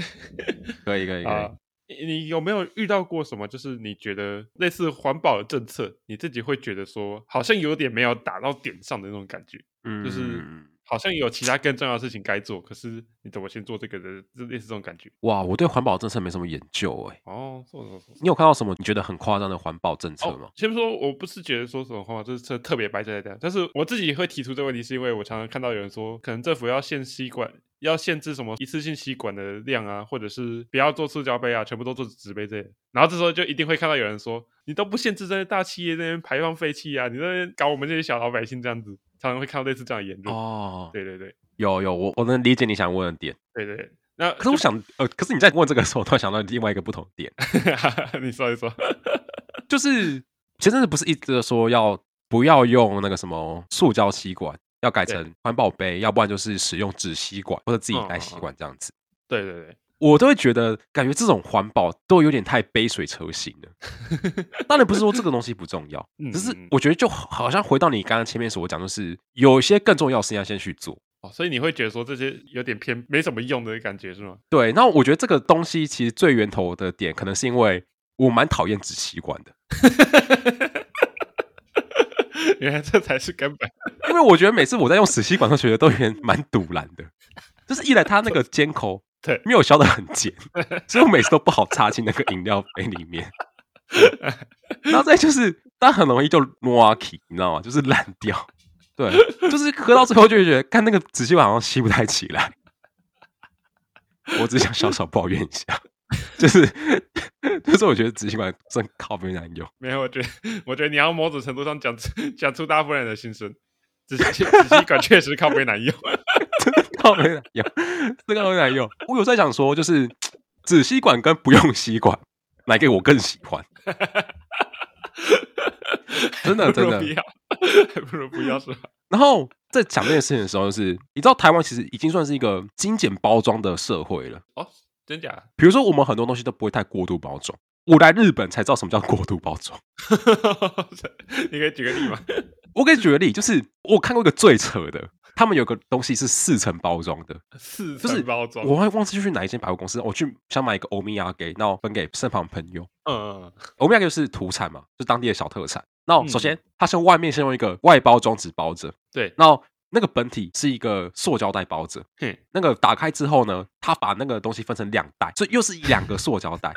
[SPEAKER 2] 可以可以可以
[SPEAKER 1] 啊，，你你有没有遇到过什么？就是你觉得类似环保的政策，你自己会觉得说好像有点没有打到点上的那种感觉？
[SPEAKER 2] 嗯，
[SPEAKER 1] 就是好像有其他更重要的事情该做，可是你怎么先做这个的，就类似这种感觉。
[SPEAKER 2] 哇，我对环保政策没什么研究哎、
[SPEAKER 1] 哦，做做做。
[SPEAKER 2] 你有看到什么你觉得很夸张的环保政策吗
[SPEAKER 1] 哦？，先不说，我不是觉得说什么话，就是特特别白在这样，但是我自己会提出这个问题，是因为我常常看到有人说，可能政府要限吸管，要限制什么一次性吸管的量啊，或者是不要做塑胶杯啊，全部都做纸杯这类的。然后这时候就一定会看到有人说，你都不限制这些大企业那边排放废气啊，你那边搞我们这些小老百姓这样子，常常会看到类似这样的言论。
[SPEAKER 2] 哦，
[SPEAKER 1] 对对对
[SPEAKER 2] 有有，我我能理解你想问的点。
[SPEAKER 1] 对对对，那
[SPEAKER 2] 可是我想，呃，可是你在问这个的时候，我突然想到另外一个不同的点，
[SPEAKER 1] 呃就 你说一说。
[SPEAKER 2] 就是前阵子不是一直在说要不要用那个什么塑胶吸管，要改成环保杯，要不然就是使用纸吸管或者自己
[SPEAKER 1] 嗯
[SPEAKER 2] 带吸管这样子。
[SPEAKER 1] 对对对，
[SPEAKER 2] 我都会觉得，感觉这种环保都有点太杯水车薪 了。当然不是说这个东西不重要，
[SPEAKER 1] 嗯
[SPEAKER 2] 只是
[SPEAKER 1] 嗯
[SPEAKER 2] 我觉得就好好像回到你刚刚前面所讲，就是有一些更重要的事情要先去做。
[SPEAKER 1] 哦，所以你会觉得说这些有点偏没什么用的感觉是吗？
[SPEAKER 2] 对，那我觉得这个东西其实最源头的点，可能是因为我蛮讨厌纸吸管的。
[SPEAKER 1] 原来这才是根本。
[SPEAKER 2] 因为我觉得每次我在用死吸管都觉得都有点蛮堵然的，就是一来它那个尖口
[SPEAKER 1] 对
[SPEAKER 2] 没有削的很尖，所以我每次都不好插进那个饮料杯里面。然后再就是它很容易就 n o k 你知道吗？就是烂掉。对，就是喝到最后就会觉得，看那个纸吸管好像吸不太起来。我只想小小抱怨一下， 就是就是我觉得纸吸管真靠边难用。
[SPEAKER 1] 没有，我觉得，我觉得你要某种程度上讲出讲出大部分人的心声。只是只是一管确实靠背难 用。
[SPEAKER 2] 靠没奶油，这个没奶油。我有在想说，就是纸吸管跟不用吸管，哪个我更喜欢？真的
[SPEAKER 1] 还不如
[SPEAKER 2] 真的
[SPEAKER 1] 不要，还不如不要是吧？
[SPEAKER 2] 然后在讲这件事情的时候、就是，你知道台湾其实已经算是一个精简包装的社会了。
[SPEAKER 1] 哦，真假？
[SPEAKER 2] 比如说，我们很多东西都不会太过度包装。我来日本才知道什么叫过度包装。
[SPEAKER 1] 你可以举个例吗？
[SPEAKER 2] 我给你举个例，就是我看过一个最扯的，他们有个东西是四层包装的，
[SPEAKER 1] 四
[SPEAKER 2] 就是
[SPEAKER 1] 层包装，
[SPEAKER 2] 我还忘记去哪一间百货公司，我去想买一个欧米亚给，那我分给身旁朋友。
[SPEAKER 1] 嗯，
[SPEAKER 2] 欧米亚就是土产嘛，就是当地的小特产。那
[SPEAKER 1] 嗯
[SPEAKER 2] 首先，它先外面先用一个外包装纸包着，
[SPEAKER 1] 对
[SPEAKER 2] 那那个本体是一个塑胶袋包着，
[SPEAKER 1] 嘿，
[SPEAKER 2] 那个打开之后呢，他把那个东西分成两袋，所以又是两个塑胶袋。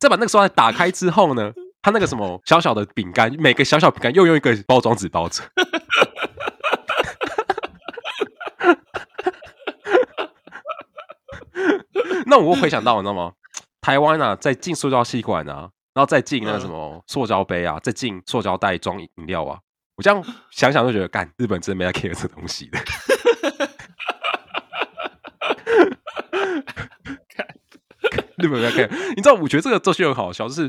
[SPEAKER 2] 再把那个塑胶袋打开之后呢，他那个什么小小的饼干，每个小小饼干又用一个包装纸包着。 那我会回想到，你知道吗？台湾啊，在进塑胶吸管啊，然后再进那个什么塑胶杯啊，再进塑胶袋装饮料啊。我这样想想就觉得，干日本真的没在 care 这东西的。 日本在 care，你 知道？我觉得这个这些很好笑，就是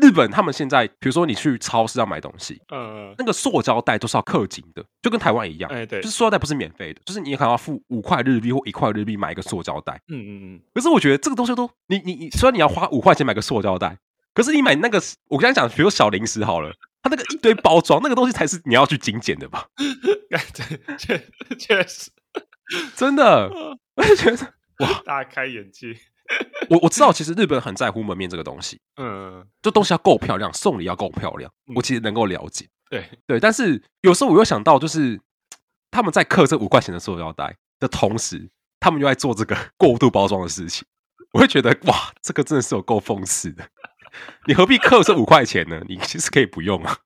[SPEAKER 2] 日本他们现在，比如说你去超市要买东西，
[SPEAKER 1] 呃，
[SPEAKER 2] 那个塑胶袋都是要氪金的，就跟台湾一样，
[SPEAKER 1] 哎，对，
[SPEAKER 2] 就是塑胶袋不是免费的，就是你可能要付五块日币或一块日币买一个塑胶袋。
[SPEAKER 1] 嗯嗯 嗯，
[SPEAKER 2] 可是我觉得这个东西都，你你你，虽然你要花五块钱买个塑胶袋，可是你买那个，我刚才讲，比如小零食好了，它那个一堆包装，那个东西才是你要去精简的吧？
[SPEAKER 1] 哎对，确确实
[SPEAKER 2] 真的，我就觉得，
[SPEAKER 1] 大开眼界。
[SPEAKER 2] 我我知道，其实日本很在乎门面这个东西，
[SPEAKER 1] 嗯，
[SPEAKER 2] 就东西要够漂亮，送礼要够漂亮，
[SPEAKER 1] 嗯
[SPEAKER 2] 我其实能够了解。
[SPEAKER 1] 对，
[SPEAKER 2] 对，但是有时候我又想到，就是他们在刻这五块钱的塑料袋的同时，他们又在做这个 过度包装的事情，我会觉得哇，这个真的是有够讽刺的。 你何必刻这五块钱呢？你其实可以不用啊。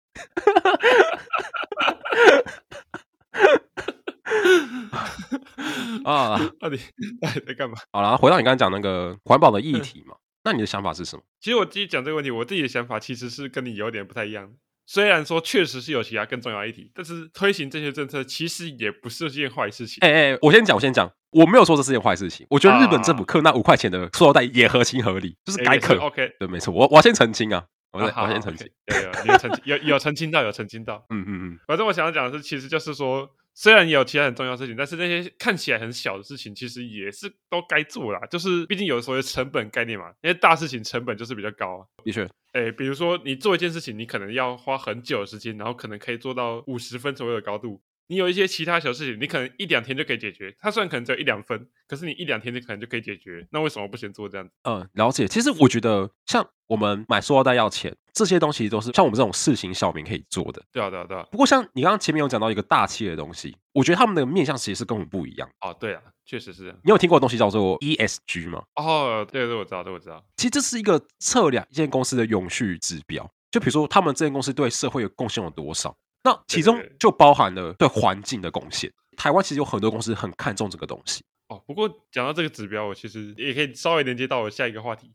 [SPEAKER 2] 啊，
[SPEAKER 1] 到底到底在干嘛？
[SPEAKER 2] 好了，回到你刚刚讲那个环保的议题嘛， 那你的想法是什么？
[SPEAKER 1] 其实我自己讲这个问题，我自己的想法其实是跟你有点不太一样的。虽然说确实是有其他更重要的议题，但是推行这些政策其实也不是件坏事情。
[SPEAKER 2] 哎、哎、我先讲，我先讲，我没有说这是件坏事情，我觉得日本政府刻那五块钱的塑料袋也合情合理，啊就是
[SPEAKER 1] 哎
[SPEAKER 2] 该
[SPEAKER 1] 也是
[SPEAKER 2] 刻。
[SPEAKER 1] OK，
[SPEAKER 2] 对，没错，我我要先澄清啊，我
[SPEAKER 1] 啊
[SPEAKER 2] 先、
[SPEAKER 1] 好
[SPEAKER 2] 我先
[SPEAKER 1] 好
[SPEAKER 2] 澄清。
[SPEAKER 1] OK，有有有澄清有有澄清到有澄清到。
[SPEAKER 2] 嗯嗯嗯，
[SPEAKER 1] 反正我想要讲的是，其实就是说，虽然也有其他很重要的事情，但是那些看起来很小的事情，其实也是都该做啦。就是毕竟有所谓成本概念嘛，因为大事情成本就是比较高啊。
[SPEAKER 2] 的确，
[SPEAKER 1] 哎，比如说你做一件事情，你可能要花很久的时间，然后可能可以做到五十分左右的高度。你有一些其他小事情，你可能一两天就可以解决。它虽然可能只有一两分，可是你一两天就可能就可以解决。那为什么不先做这样子？
[SPEAKER 2] 嗯，了解。其实我觉得，像我们买塑料袋要钱，这些东西都是像我们这种市井小民可以做的。
[SPEAKER 1] 对啊，对啊，对啊。
[SPEAKER 2] 不过，像你刚刚前面有讲到一个大气的东西，我觉得他们的面向其实是跟我们不一样。
[SPEAKER 1] 哦，对啊，确实是这样。
[SPEAKER 2] 你有听过的东西叫做 ESG 吗？
[SPEAKER 1] 哦，对对，我知道，对我知道。
[SPEAKER 2] 其实这是一个测量一间公司的永续指标。就比如说，他们这间公司对社会的贡献有多少，那其中
[SPEAKER 1] 对对对
[SPEAKER 2] 就包含了对环境的贡献。台湾其实有很多公司很看重这个东西。
[SPEAKER 1] 哦，不过讲到这个指标，我其实也可以稍微连接到我下一个话题，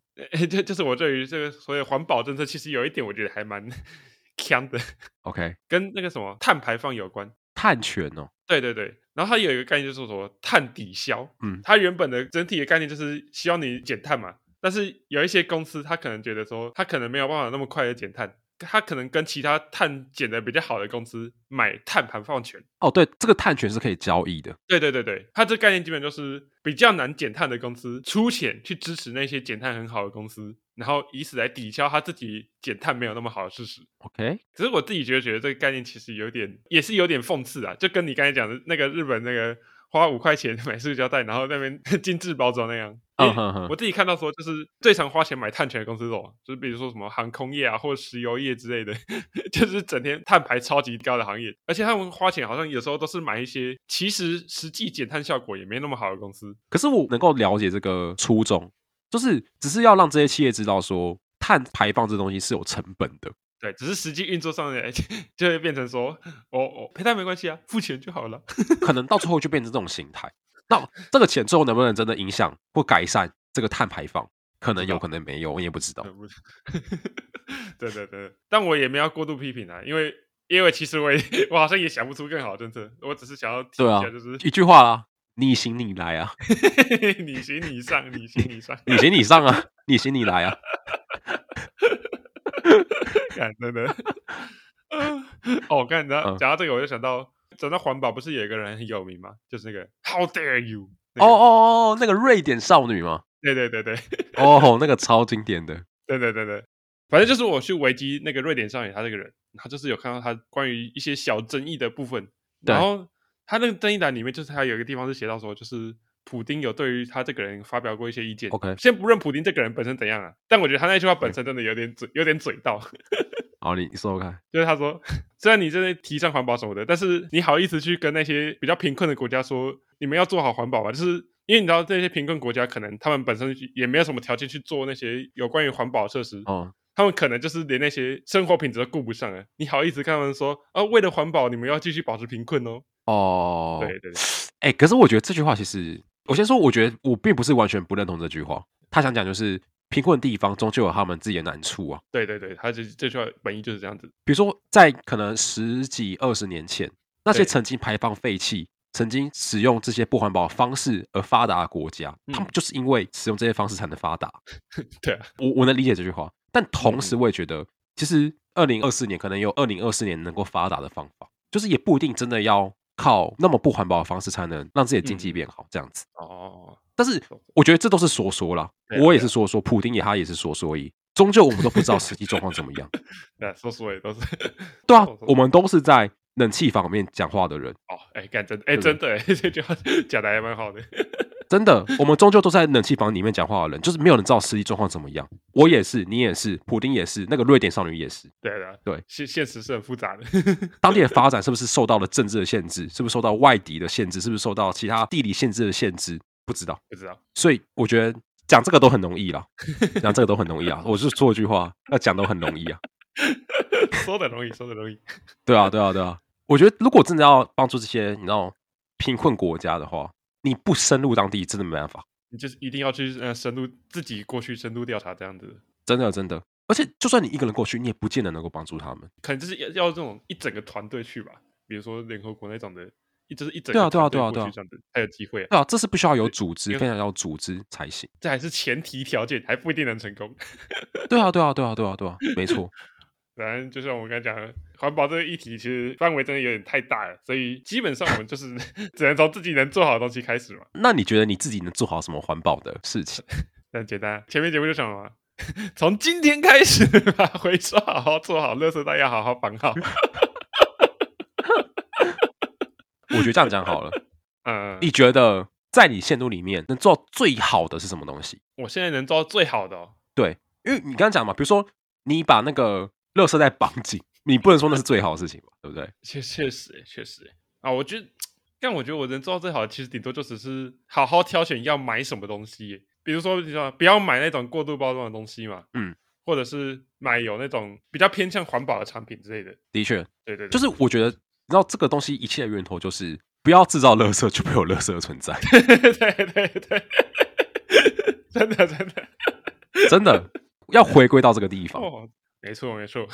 [SPEAKER 1] 就就是我对于这个所谓环保政策，其实有一点我觉得还蛮 强的，
[SPEAKER 2] OK，
[SPEAKER 1] 跟那个什么碳排放有关。
[SPEAKER 2] 碳权哦，
[SPEAKER 1] 对对对，然后它有一个概念就是说碳抵消，
[SPEAKER 2] 嗯
[SPEAKER 1] 它原本的整体的概念就是希望你减碳嘛，但是有一些公司它可能觉得说，它可能没有办法那么快的减碳，它可能跟其他碳减的比较好的公司买碳排放权。
[SPEAKER 2] 哦，对，这个碳权是可以交易的。
[SPEAKER 1] 对对对对，它这概念基本就是比较难减碳的公司出钱去支持那些减碳很好的公司，然后以此来抵消它自己减碳没有那么好的事实。
[SPEAKER 2] OK，
[SPEAKER 1] 只是我自己觉得，觉得这个概念其实有点，也是有点讽刺啊，就跟你刚才讲的那个日本那个花五块钱 买塑胶袋，然后那边 精致包装那样。
[SPEAKER 2] 嗯
[SPEAKER 1] 因为
[SPEAKER 2] 哼哼
[SPEAKER 1] 我自己看到说，就是最常花钱买碳权的公司是什么？就是比如说什么航空业啊，或者石油业之类的， 就是整天碳排超级高的行业。而且他们花钱好像有时候都是买一些其实实际减碳效果也没那么好的公司。
[SPEAKER 2] 可是我能够了解这个初衷，就是只是要让这些企业知道说，碳排放这东西是有成本的。
[SPEAKER 1] 对，只是实际运作上来 就会变成说，我、哦、我、哦、赔碳没关系啊，付钱就好了。
[SPEAKER 2] 可能到最后就变成这种形态。那这个钱最后能不能真的影响或改善这个碳排放？可能有，可能没有，我也不知道。
[SPEAKER 1] 不 对对对，但我也没有过度批评啊，因为因为其实我也 我好像也想不出更好的政策，我只是想要提一
[SPEAKER 2] 对啊
[SPEAKER 1] 下，就是、
[SPEAKER 2] 一句话啦，你行你来啊，
[SPEAKER 1] 你行你上，你行你上，
[SPEAKER 2] 你行你上啊， 你行你来啊。
[SPEAKER 1] 干真的。 哦，刚你知道
[SPEAKER 2] 嗯
[SPEAKER 1] 讲到这个，我就想到讲到环保，不是有一个人很有名吗？就是那个 How dare you？那
[SPEAKER 2] 哦
[SPEAKER 1] 个
[SPEAKER 2] 哦哦，哦，那个瑞典少女嘛，
[SPEAKER 1] 对对对对
[SPEAKER 2] 哦，那个超经典的。
[SPEAKER 1] 对对对对，反正就是我去维基那个瑞典少女，她这个人，她就是有看到她关于一些小争议的部分，
[SPEAKER 2] 对
[SPEAKER 1] 然后她那个争议栏里面，就是她有一个地方是写到说，就是普丁有对于她这个人发表过一些意见。
[SPEAKER 2] OK
[SPEAKER 1] 先不论普丁这个人本身怎样啊，但我觉得他那句话本身真的有点嘴，有点嘴到。
[SPEAKER 2] 好，你你说说看，
[SPEAKER 1] 就是他说，虽然你真的提倡环保什么的，但是你好意思去跟那些比较贫困的国家说，你们要做好环保吧？就是因为你知道这些贫困国家可能他们本身也没有什么条件去做那些有关于环保设施，
[SPEAKER 2] 哦，
[SPEAKER 1] 他们可能就是连那些生活品质都顾不上了。你好意思跟他们说啊？为了环保，你们要继续保持贫困哦？
[SPEAKER 2] 哦，
[SPEAKER 1] 对对对，
[SPEAKER 2] 哎、可是我觉得这句话其实，我先说，我觉得我并不是完全不认同这句话。他想讲就是，贫困地方终究有他们自己的难处啊。
[SPEAKER 1] 对对对，他这这句话本意就是这样子。
[SPEAKER 2] 比如说，在可能十几二十年前，那些
[SPEAKER 1] 对
[SPEAKER 2] 曾经排放废气、曾经使用这些不环保方式而发达的国家，
[SPEAKER 1] 嗯
[SPEAKER 2] 他们就是因为使用这些方式才能发达。
[SPEAKER 1] 对啊，嗯
[SPEAKER 2] 我我能理解这句话，但同时我也觉得，其实二零二四年可能有二零二四年能够发达的方法，就是也不一定真的要靠那么不环保的方式才能让自己的经济
[SPEAKER 1] 嗯
[SPEAKER 2] 变好，这样子。
[SPEAKER 1] 哦，
[SPEAKER 2] 但是我觉得这都是说说啦，
[SPEAKER 1] 对啊
[SPEAKER 2] 我也是说说，普丁也他也是说说而已。终究我们都不知道实际状况怎么 样，
[SPEAKER 1] 对啊，说说也都是。
[SPEAKER 2] 对啊
[SPEAKER 1] 哦，
[SPEAKER 2] 我们都是在冷气房里面讲话的人，
[SPEAKER 1] 哦，哎，干真的，哎，
[SPEAKER 2] 对
[SPEAKER 1] 真的，哎，这句话讲的还蛮好的。
[SPEAKER 2] 真的，我们终究都在冷气房里面讲话的人，就是没有人知道实际状况怎么样。我也是，你也是，普丁也是，那个瑞典少女也是。
[SPEAKER 1] 对的，
[SPEAKER 2] 对，
[SPEAKER 1] 现现实是很复杂的。
[SPEAKER 2] 当地的发展是不是受到了政治的限制？是不是受到外敌的限制？是不是受到其他地理限制的限制？不知道。
[SPEAKER 1] 不知道，
[SPEAKER 2] 所以我觉得讲这个都很容易啦，讲这个都很容易啊。我是说一句话，要讲都很容易啊。
[SPEAKER 1] 说的容易，说的容易。
[SPEAKER 2] 对啊，对啊，对啊。我觉得如果真的要帮助这些你知道贫困国家的话，你不深入当地真的没办法，
[SPEAKER 1] 你就是一定要去呃深入自己过去深入调查这样子，
[SPEAKER 2] 真的真的。而且就算你一个人过去，你也不见得能够帮助他们。
[SPEAKER 1] 可能就是要要这种一整个团队去吧，比如说联合国那种的，一就是一整
[SPEAKER 2] 对啊
[SPEAKER 1] 个
[SPEAKER 2] 对啊
[SPEAKER 1] 团队
[SPEAKER 2] 对
[SPEAKER 1] 过
[SPEAKER 2] 啊对啊
[SPEAKER 1] 去这样子才有机会啊、
[SPEAKER 2] 对啊，这是必须要有组织，
[SPEAKER 1] 因为
[SPEAKER 2] 非常要有组织才行。
[SPEAKER 1] 这还是前提条件，还不一定能成功。
[SPEAKER 2] 对啊，对啊，对啊，对啊，对啊，没错。
[SPEAKER 1] 反正就像我刚才讲的，环保这个议题其实范围真的有点太大了，所以基本上我们就是 只能从自己能做好的东西开始嘛。
[SPEAKER 2] 那你觉得你自己能做好什么环保的事情？
[SPEAKER 1] 很简单，前面节目就讲了 嘛，从今天开始把回收好好做好，垃圾袋要好好绑好。
[SPEAKER 2] 我觉得这样讲好了。
[SPEAKER 1] 嗯，
[SPEAKER 2] 你觉得在你限度里面能做到最好的是什么东西？
[SPEAKER 1] 我现在能做到最好的、哦，
[SPEAKER 2] 因为你刚刚讲嘛，比如说你把那个垃圾袋绑紧，你不能说那是最好的事情吧，对不对？
[SPEAKER 1] 确确实确实啊，我觉得，但我觉得我能做到最好的，其实顶多就只是好好挑选要买什么东西耶，比如说你知道不要买那种过度包装的东西嘛，
[SPEAKER 2] 嗯，
[SPEAKER 1] 或者是买有那种比较偏向环保的产品之类的，
[SPEAKER 2] 的确，
[SPEAKER 1] 对对对，
[SPEAKER 2] 就是我觉得，你知道这个东西一切的源头就是不要制造垃圾，就会有垃圾的存在，
[SPEAKER 1] 对对对， 真的真的
[SPEAKER 2] 真的要回归到这个地方。
[SPEAKER 1] 哦，没错没错，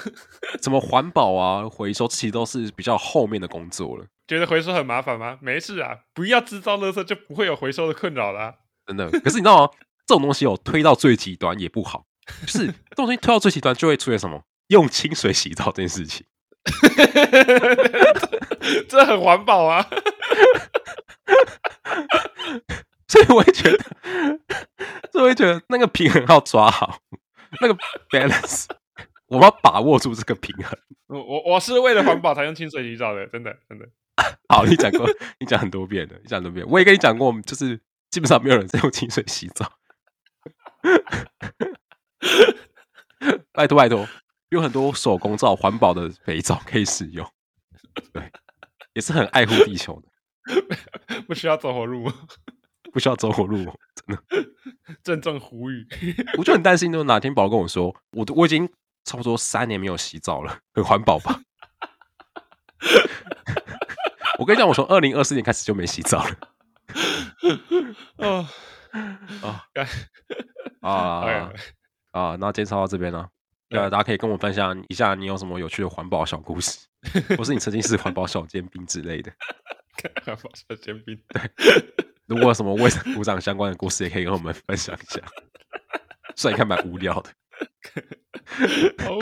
[SPEAKER 2] 什么环保啊、回收，其实都是比较后面的工作了，
[SPEAKER 1] 觉得回收很麻烦吗？没事啊，不要制造垃圾就不会有回收的困扰啦。
[SPEAKER 2] 真的。可是你知道吗？这种东西有推到最极端也不好，就是这种东西推到最极端就会出现什么用清水洗澡这件事情。
[SPEAKER 1] 这这很环保啊！
[SPEAKER 2] 所以我会觉得，所以我会觉得那个平衡要抓好，那个 balance，我们要把握住这个平衡。
[SPEAKER 1] 我我我是为了环保才用清水洗澡的，真的真的。
[SPEAKER 2] 好，你讲过，你讲很多遍了，你讲很多遍，我也跟你讲过，我们就是基本上没有人在用清水洗澡。拜托拜托，有很多手工皂、环保的肥皂可以使用，对，也是很爱护地球的，
[SPEAKER 1] 不需要走火入魔，
[SPEAKER 2] 不需要走火入魔。
[SPEAKER 1] 郑重呼吁。
[SPEAKER 2] 我就很担心，就哪天宝跟我说，我都我已经差不多三年没有洗澡了，很环保吧？ 我跟你讲，我从二零二四年开始就没洗澡了
[SPEAKER 1] 哦，
[SPEAKER 2] 啊
[SPEAKER 1] 干
[SPEAKER 2] 啊
[SPEAKER 1] 哎
[SPEAKER 2] 啊！那今天到这边了。对啊，大家可以跟我分享一下你有什么有趣的环保小故事，或是你曾经是环保小尖兵之类的。
[SPEAKER 1] 看环保小煎饼，
[SPEAKER 2] 如果有什么卫生股长相关的故事，也可以跟我们分享一下。 虽然应该蛮无聊的。
[SPEAKER 1] 哦，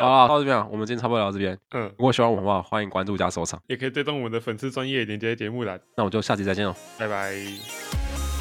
[SPEAKER 2] 好啦，到这边啊，我们今天差不多聊到这边。
[SPEAKER 1] 嗯，
[SPEAKER 2] 如果喜欢我们的话，欢迎关注加收藏。
[SPEAKER 1] 也可以追踪我们的粉丝专业连接节目栏，
[SPEAKER 2] 那我们就下期再见喽。
[SPEAKER 1] 拜拜。